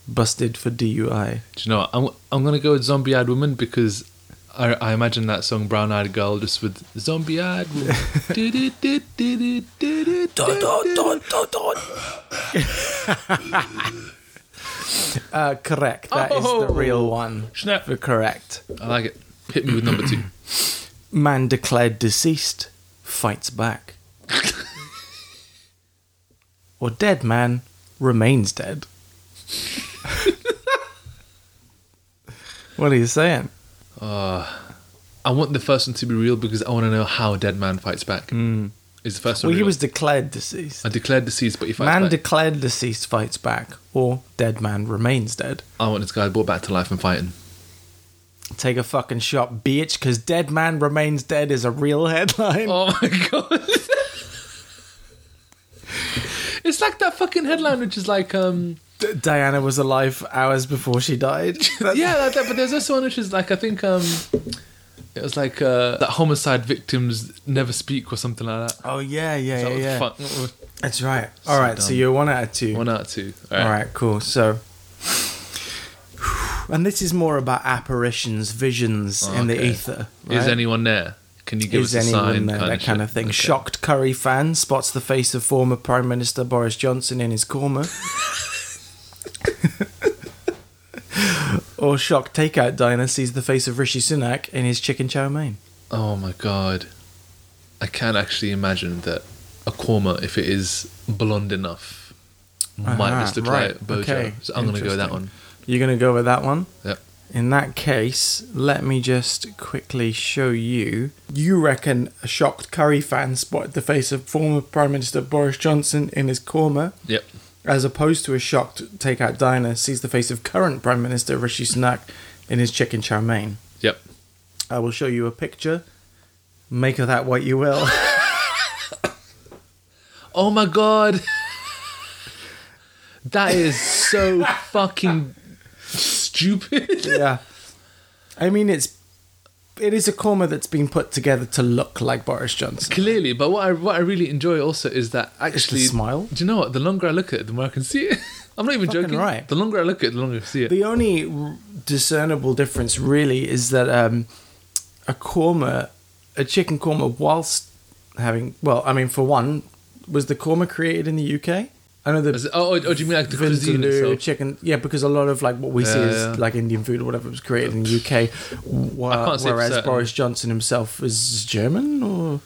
A: busted for DUI.
B: Do you know what? I'm, I'm going to go with Zombie Eyed Woman because I, I imagine that song Brown Eyed Girl just with Zombie Eyed Woman.
A: Dot, dot, dot, dot, dot. uh, correct. That is
B: Oh.
A: the real one.
B: Snap.
A: You're Correct.
B: I like it. Hit me with number two.
A: Man declared deceased fights back. or dead man remains dead. what are you saying?
B: I want the first one to be real because I want to know how Dead Man fights back. Mm. Is the first one
A: Hmm. well, he
B: real?
A: was declared deceased.
B: I declared deceased, but he fights
A: man
B: back.
A: declared deceased fights back. Or dead man remains dead.
B: I want this guy brought back to life and fighting.
A: Take a fucking shot, bitch, because dead man remains dead is a real headline.
B: Oh my god. it's like that fucking headline which is like um
A: D- Diana was alive hours before she died. That's-
B: yeah, like that, but there's also one which is like I think um it was like uh that homicide victims never speak or something like that.
A: Oh, yeah, yeah,
B: That
A: yeah.
B: was
A: yeah.
B: fun.
A: That's right. All right, so
B: dumb.
A: you're one out of two.
B: One out of two. All
A: All
B: right.
A: right, cool. So, and this is more about apparitions, visions
B: Oh,
A: in the
B: okay.
A: ether.
B: Is
A: right?
B: anyone there? Can you give
A: Is
B: us a
A: anyone
B: sign?
A: there? that kind of
B: shit?
A: thing.
B: Okay.
A: Shocked curry fan spots the face of former Prime Minister Boris Johnson in his korma. or shocked takeout diner sees the face of Rishi Sunak in his chicken chow mein.
B: Oh my god. I can actually imagine that a korma, if it is blonde enough, might
A: Ah,
B: just look like
A: right,
B: Bojo.
A: okay,
B: So I'm gonna go with that one.
A: interesting. You're going to go with that one?
B: Yep.
A: In that case, let me just quickly show you. You reckon a shocked curry fan spotted the face of former Prime Minister Boris Johnson in his korma,
B: Yep.
A: as opposed to a shocked takeout diner sees the face of current Prime Minister Rishi Sunak in his chicken chow mein.
B: Yep.
A: I will show you a picture. Make of that what you will.
B: Oh my god. that is so fucking stupid.
A: yeah. I mean, it's it is a korma that's been put together to look like Boris Johnson.
B: Clearly, but what I what I really enjoy also is that
A: It's the
B: actually
A: smile.
B: Do you know what? The longer I look at it, the more I can see it. I'm not even
A: Fucking
B: joking.
A: right.
B: The longer I look at it, the longer I see it.
A: The only r- discernible difference really is that um, a korma, a chicken korma, whilst having, well, I mean, for one, was the korma created in the UK? I know
B: Is
A: the
B: it- oh, oh, do you mean like the cuisine
A: Vindaloo
B: itself?
A: chicken, yeah, because a lot of like what we see
B: Yeah,
A: is
B: yeah.
A: like Indian food or whatever was created in the UK,
B: I
A: wh-
B: can't say for
A: whereas
B: certain.
A: Boris Johnson himself is German or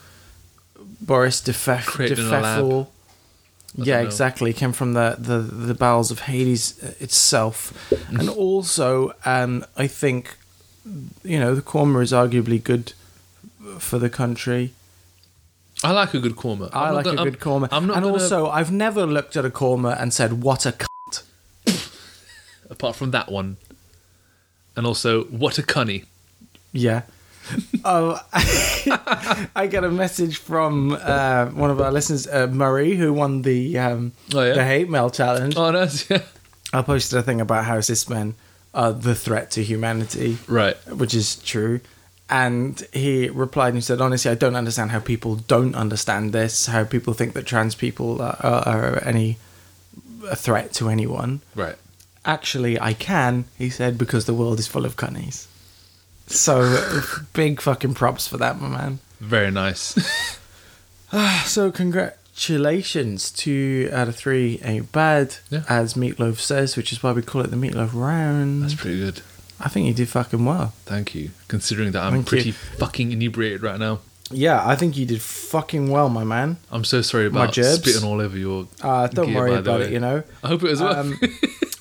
A: Boris de Pfeff-
B: Created
A: de
B: in a lab.
A: Pfeffel.
B: I
A: Yeah,
B: don't know.
A: exactly. It came from the, the, the bowels of Hades uh, itself. and also, um, I think, you know, the korma is arguably good for the country.
B: I like a good korma.
A: i
B: I'm not
A: like
B: gonna-
A: a
B: I'm-
A: good korma.
B: I'm not
A: and
B: gonna-
A: also, I've never looked at a korma and said, what a cunt.
B: apart from that one, and also what a cunny.
A: Yeah. oh, I got a message from uh, one of our listeners, uh, Murray, who won the um,
B: Oh, yeah?
A: the hate mail challenge.
B: Oh, that's yeah.
A: I posted a thing about how cis men are the threat to humanity.
B: Right.
A: which is true. And he replied and he said, honestly, I don't understand how people don't understand this, how people think that trans people are, are, are any a threat to anyone.
B: Right.
A: Actually, I can, he said, because the world is full of cunnies. So big fucking props for that, my man.
B: Very nice.
A: So congratulations to out of three ain't bad,
B: Yeah.
A: as Meatloaf says, which is why we call it the Meatloaf
B: that's
A: Round.
B: pretty good.
A: I think you did fucking well.
B: Thank you. Considering that I'm
A: Thank you.
B: pretty fucking inebriated right now.
A: Yeah, I think you did fucking well, my man.
B: I'm so sorry
A: My
B: about
A: gerbs.
B: spitting all over your.
A: Uh, don't
B: gear,
A: worry
B: by the
A: about
B: way.
A: it, you know.
B: I hope it was worth.
A: Um,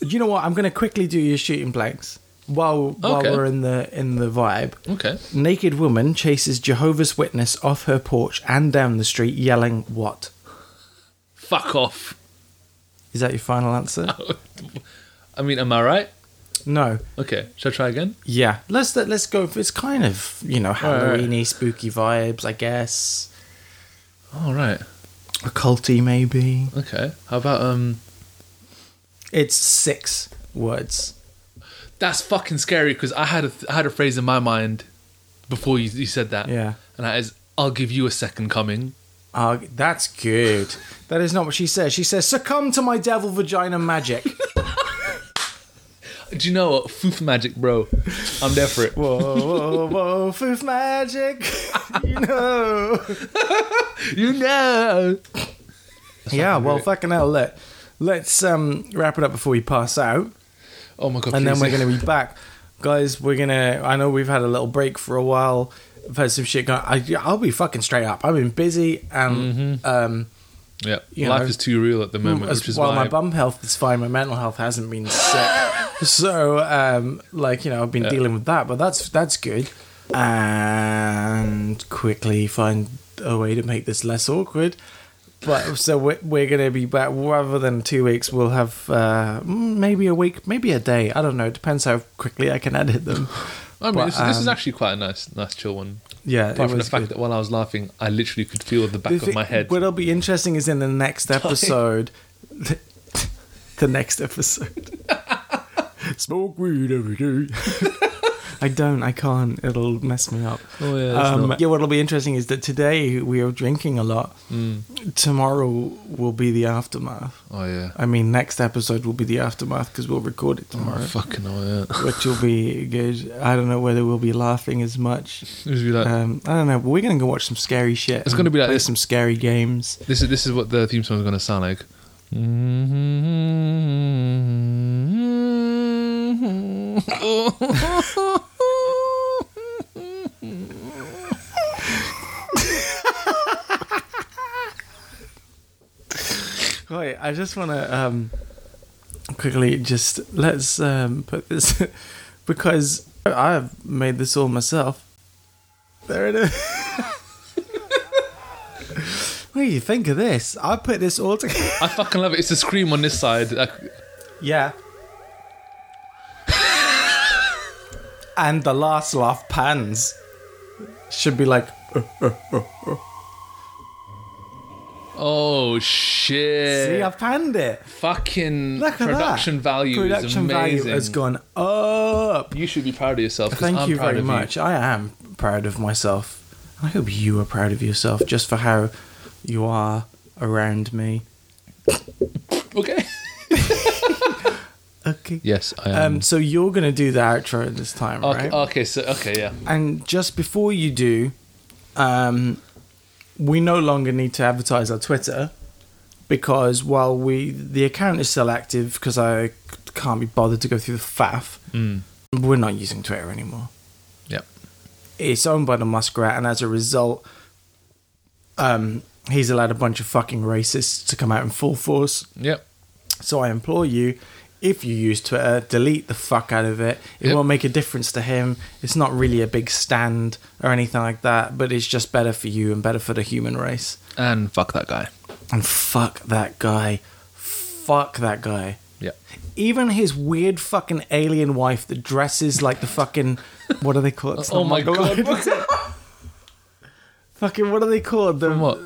A: you know what? I'm going to quickly do your shooting blanks while while
B: Okay.
A: we're in the in the vibe.
B: okay.
A: Naked woman chases Jehovah's Witness off her porch and down the street, yelling, "What?"
B: Fuck off.
A: Is that your final answer?
B: I mean, am I right?
A: No.
B: Okay. Shall I try again?
A: Yeah. Let's let, let's go. It's kind of you know
B: right.
A: Halloweeny, spooky vibes, I guess.
B: All right.
A: Occulty, maybe.
B: Okay. How about um?
A: It's six words.
B: That's fucking scary because I had a I had a phrase in my mind before you, you said that.
A: Yeah.
B: And that is, I'll give you a second coming.
A: Uh, that's good. That is not what she says. She says, "Succumb to my devil vagina magic."
B: Do you know what? Foof magic, bro. I'm there for it.
A: whoa, whoa, whoa, foof magic. you know.
B: You know.
A: yeah.
B: fucking
A: Well,
B: great.
A: fucking hell. Let let's um, wrap it up before we pass out.
B: Oh my god.
A: and then
B: please.
A: we're going to be back, guys. We're gonna. I know we've had a little break for a while. I've had some shit going. I, I'll be fucking straight up. I've been busy and um,
B: Yeah.
A: you
B: Life
A: know,
B: is too real at the moment,
A: as-
B: which is
A: while
B: why
A: my bum health is fine, my mental health hasn't been sick. so, um, like you know, I've been dealing with that, but that's that's good. And quickly find a way to make this less awkward. But so we're, we're going to be back rather than two weeks. We'll have uh, maybe a week, maybe a day. I don't know. It depends how quickly I can edit them.
B: I mean,
A: but,
B: this, this is
A: um,
B: actually quite a nice, nice chill one.
A: Yeah, it
B: Apart from the
A: was
B: fact
A: good.
B: that while I was laughing, I literally could feel the back
A: The
B: of
A: thi-
B: my head.
A: What'll be interesting is in the next episode. the, the next episode. Smoke weed every day. I don't. I can't. It'll mess me up.
B: Oh, yeah, that's
A: um,
B: not-
A: yeah. What'll be interesting is that today we are drinking a lot.
B: Mm.
A: Tomorrow will be the aftermath.
B: Oh yeah.
A: I mean, next episode will be the aftermath because we'll record it
B: Oh,
A: tomorrow,
B: fucking oh yeah.
A: which will be good. I don't know whether we'll be laughing as much.
B: It would be like,
A: Um, I don't know, but we're gonna go watch some scary shit.
B: Uh, It's
A: and
B: gonna be like
A: play
B: this.
A: some scary games.
B: This is this is what the theme song is going to sound like. Mm-hmm.
A: Right, I just want to um, quickly just let's um, put this because I've made this all myself. There it is. what do you think of this? I put this all together.
B: I fucking love it. It's a scream on this side. Like,
A: Yeah. and the last laugh pans should be like
B: oh shit!
A: see I panned it.
B: fucking
A: Look at
B: Uh, production
A: that.
B: value is
A: Production
B: amazing.
A: value has gone up.
B: You should be proud of yourself. 'cause
A: Thank
B: I'm
A: you
B: proud
A: very
B: of
A: much. I am proud of myself. I hope you are proud of yourself just for how you are around me.
B: Okay.
A: Okay.
B: Yes, I am.
A: Um, so you're going to do the outro at this time,
B: okay,
A: right?
B: okay. So okay, yeah.
A: And just before you do, um, we no longer need to advertise our Twitter because while we the account is still active because I c- can't be bothered to go through the faff,
B: Mm.
A: we're not using Twitter anymore.
B: Yep.
A: it's owned by the Muskrat, and as a result, um, he's allowed a bunch of fucking racists to come out in full force.
B: Yep.
A: So I implore you, if you use Twitter, delete the fuck out of it. It
B: Yep.
A: won't make a difference to him. It's not really a big stand or anything like that, but it's just better for you and better for the human race.
B: And fuck that guy.
A: And fuck that guy. Fuck that guy.
B: Yep.
A: Even his weird fucking alien wife that dresses like the fucking what do they call it? It's
B: oh
A: not
B: my
A: Mongoloid.
B: god. what's it-
A: Fucking what are they called? The
B: what?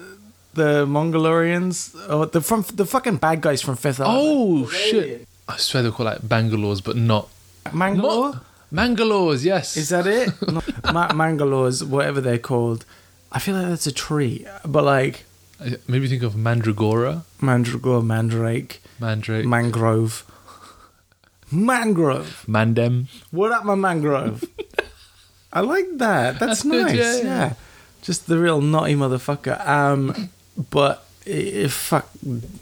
A: The Mongolorians? Oh, the from the fucking bad guys from Fifth Island.
B: Oh shit! I swear they call like Bangalores, but not
A: Mangalore?
B: Mo- Mangalores, yes.
A: Is that it? No, Ma- Mangalores, whatever they're called. I feel like that's a tree, but like
B: Uh, Maybe think of Mandragora,
A: mandragore, mandrake,
B: Mandrake,
A: mangrove, mangrove.
B: Mandem.
A: What up, my mangrove? I like that. That's,
B: That's good,
A: nice.
B: yeah,
A: yeah,
B: yeah.
A: just the real naughty motherfucker. Um, but i i- fuck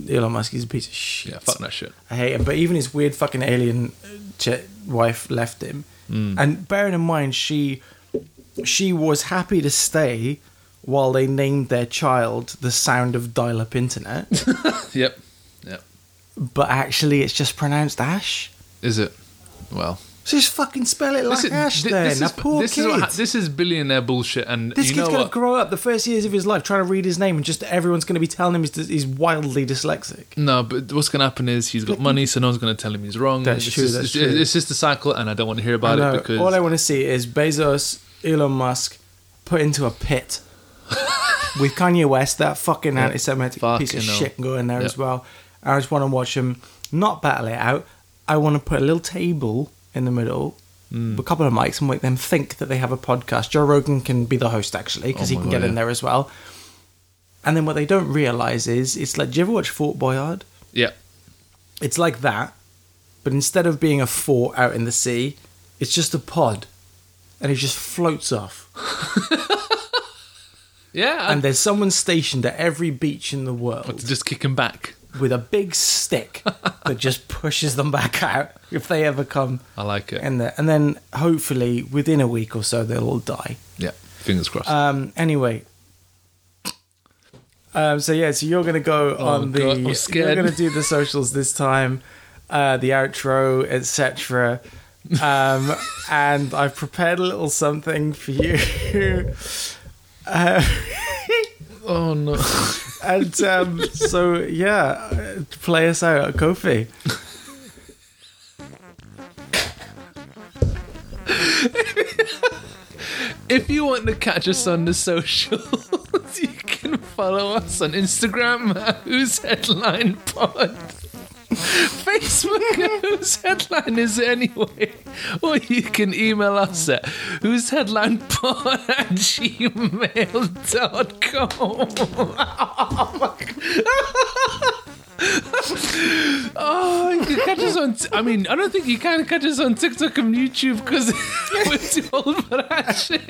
A: Elon Musk. He's a piece of shit.
B: Yeah, fuck that shit.
A: I hate him. But even his weird fucking alien uh, ch- wife left him.
B: Mm.
A: And bearing in mind, she she was happy to stay while they named their child the sound of dial-up internet.
B: Yep, yep.
A: but actually, it's just pronounced Ash.
B: Is it? Well,
A: So just fucking spell it like
B: is-
A: Ash.
B: thi-
A: then
B: this
A: now,
B: is
A: poor
B: this
A: kid.
B: is what ha- this is billionaire bullshit, and
A: This
B: you
A: kid's
B: know
A: going to
B: what?
A: grow up the first years of his life trying to read his name, and just everyone's going to be telling him he's, he's wildly dyslexic.
B: no, but what's going to happen is he's got money, so no one's going to tell him he's wrong.
A: That's
B: it's
A: true,
B: Just,
A: that's
B: it's,
A: true.
B: it's just a cycle, and I don't want to hear
A: I
B: about
A: know.
B: it because
A: All I want to see is Bezos, Elon Musk, put into a pit with Kanye West, that fucking anti-Semitic piece
B: Fucking
A: of
B: hell.
A: shit going there
B: Yep.
A: as well. I just want to watch him not battle it out. I want to put a little table in the middle
B: Mm.
A: with a couple of mics and make them think that they have a podcast. Joe Rogan can be the host actually because
B: Oh
A: he
B: my
A: can
B: God,
A: get in
B: yeah.
A: there as well. And then what they don't realize is it's like, do you ever watch Fort Boyard?
B: Yeah.
A: It's like that, but instead of being a fort out in the sea, it's just a pod, and it just floats off.
B: Yeah.
A: And there's someone stationed at every beach in the world.
B: to just kick him back.
A: with a big stick that just pushes them back out if they ever come
B: I like it.
A: in there. And then hopefully within a week or so they'll all die.
B: yeah. Fingers crossed.
A: Um, anyway. Um, so yeah, so you're gonna go
B: Oh,
A: on the
B: God, I'm
A: you're
B: scared.
A: gonna do the socials this time, uh, the outro, etc. Um, and I've prepared a little something for you.
B: oh no.
A: And um, so, yeah, uh, play us out, Kofi.
B: If you want to catch us on the socials, you can follow us on Instagram at Who's Headline Pod. Facebook at Whose Headline Is It Anyway? Or you can email us at Who's Headline Pod at gmail.com. Oh, you can catch us on. T- I mean, I don't think you can catch us on TikTok and YouTube because we're too old for that shit.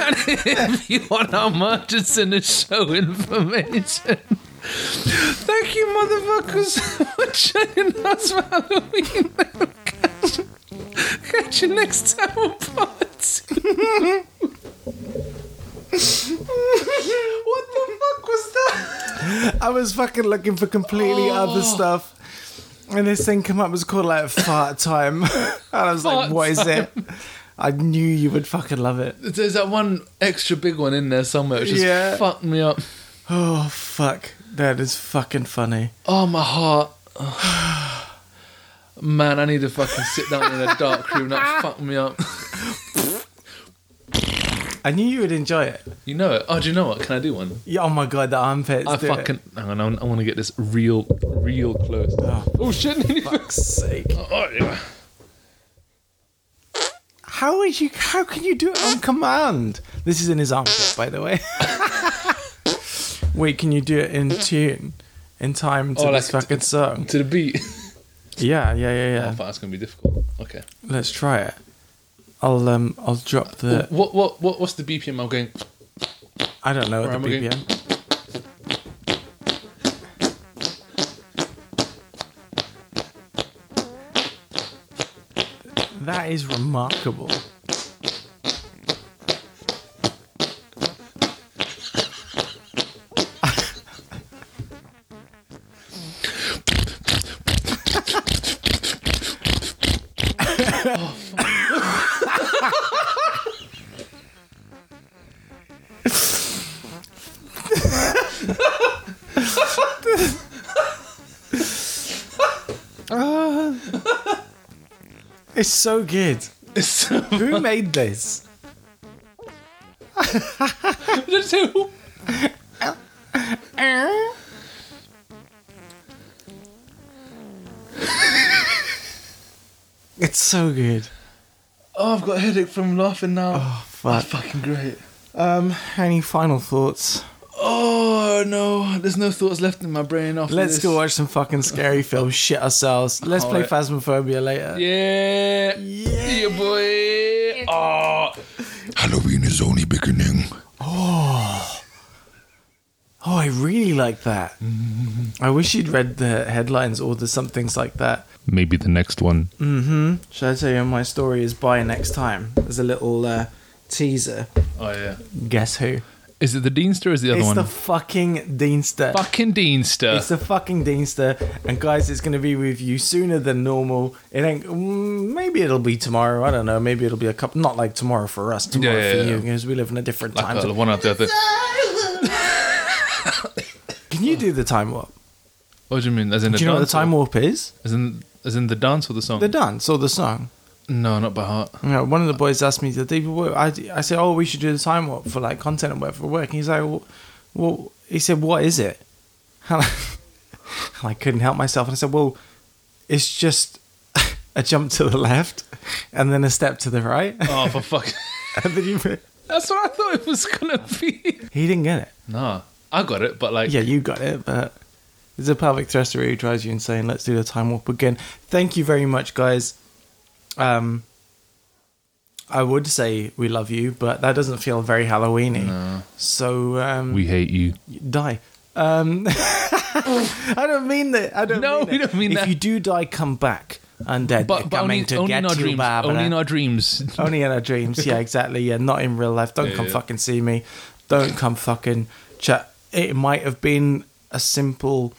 B: and if you want our merch, it's in the show information. Thank you, motherfuckers, for joining us for Halloween. catch you next time on Pod.
A: What the fuck was that? I was fucking looking for completely other stuff. And this thing came up, it was called like fart time. and I was like,
B: Fart
A: what is it? I knew you would fucking love it.
B: There's that one extra big one in there somewhere, which just
A: Yeah.
B: fucked me up.
A: Oh, fuck. That is fucking funny.
B: Oh, my heart. Man, I need to fucking sit down in a dark room. That fucked me up.
A: I knew you would enjoy it.
B: You know it. Oh, do you know what? Can I do one?
A: Yeah, oh my god, the armpits.
B: I
A: do
B: fucking. Hang on, I want, I want to get this real, real close. Oh, shit.
A: It. Fuck's sake.
B: Oh, yeah.
A: How is you? How can you do it on command? This is in his armpit, by the way. Wait, can you do it in tune, in time to
B: Oh,
A: this
B: like-
A: fucking song?
B: To the beat.
A: Yeah, yeah, yeah,
B: I
A: yeah.
B: thought that's going to be difficult. Okay.
A: Let's try it. I'll um, I'll drop the.
B: What, what, what, what's the BPM I'm going?
A: I don't know what
B: Where
A: the
B: am I going?
A: BPM. That is remarkable. It's so good.
B: It's.
A: Who made this?
B: Just say, "Whoop."
A: It's so good.
B: oh, I've got a headache from laughing now.
A: Oh, fuck.
B: fucking great.
A: Um, any final thoughts?
B: Oh no, there's no thoughts left in my brain after
A: Let's
B: this.
A: go watch some fucking scary films, shit ourselves. Let's play
B: Alright.
A: Phasmophobia later.
B: Yeah.
A: Yeah.
B: boy. Oh.
C: Halloween is only beginning.
A: Oh, I really like that.
B: Mm-hmm.
A: I wish you'd read the headlines or the somethings like that.
B: Maybe the next one.
A: Should I tell you my story is by next time? There's a little uh, teaser.
B: Oh yeah.
A: Guess who?
B: Is it the Deanster or is the other
A: it's
B: one?
A: the fucking Deanster.
B: fucking Deanster.
A: It's the fucking Deanster, and guys, it's going to be with you sooner than normal. It ain't. mm, Maybe it'll be tomorrow. I don't know. Maybe it'll be a couple. Not like tomorrow for us. Tomorrow
B: Yeah,
A: for
B: yeah,
A: you,
B: yeah.
A: because we live in a different
B: like
A: time.
B: uh,
A: zone.
B: one after the other.
A: Can you do the time warp?
B: What do you mean? As in
A: Do
B: the
A: you know what the
B: dance
A: time
B: Or,
A: warp is?
B: as in as in the dance or the song?
A: The dance or the song.
B: no, not by heart.
A: You know, one of the boys asked me the day before. I I said, "Oh, we should do the time warp for like content and work for work." And he's like, "Well," well he said, "What is it?" And I, and I couldn't help myself, and I said, "Well, it's just a jump to the left and then a step to the right.
B: Oh, for fuck.
A: and then you,
B: That's what I thought it was going to be.
A: he didn't get it.
B: Nah, I got it, but like,
A: Yeah, you got it, but it's a pelvic thruster who drives you insane. Let's do the time warp again. Thank you very much, guys. Um, I would say we love you, but that doesn't feel very Halloweeny. So um,
B: we hate you.
A: die. Um, I don't mean that. I don't.
B: No,
A: mean
B: we
A: it.
B: don't mean
A: if
B: that.
A: you do die, come back undead.
B: But, but
A: They're coming
B: only,
A: to
B: only
A: get
B: in our
A: you,
B: dreams.
A: Barbara.
B: Only in our dreams.
A: Only in our dreams. Yeah, exactly. Yeah, not in real life. Don't
B: Yeah,
A: come
B: yeah.
A: fucking see me. Don't come fucking chat. It might have been a simple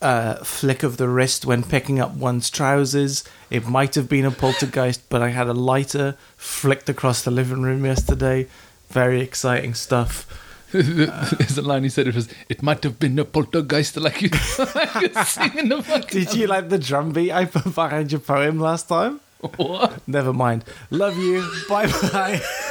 A: uh, flick of the wrist when picking up one's trousers. It might have been a poltergeist, but I had a lighter flicked across the living room yesterday. Very exciting stuff.
B: There's a line he said it was. It might have been a poltergeist, like you, like you singing the fucking.
A: Did you like the drum beat I put behind your poem last time?
B: What?
A: Never mind. Love you. bye bye.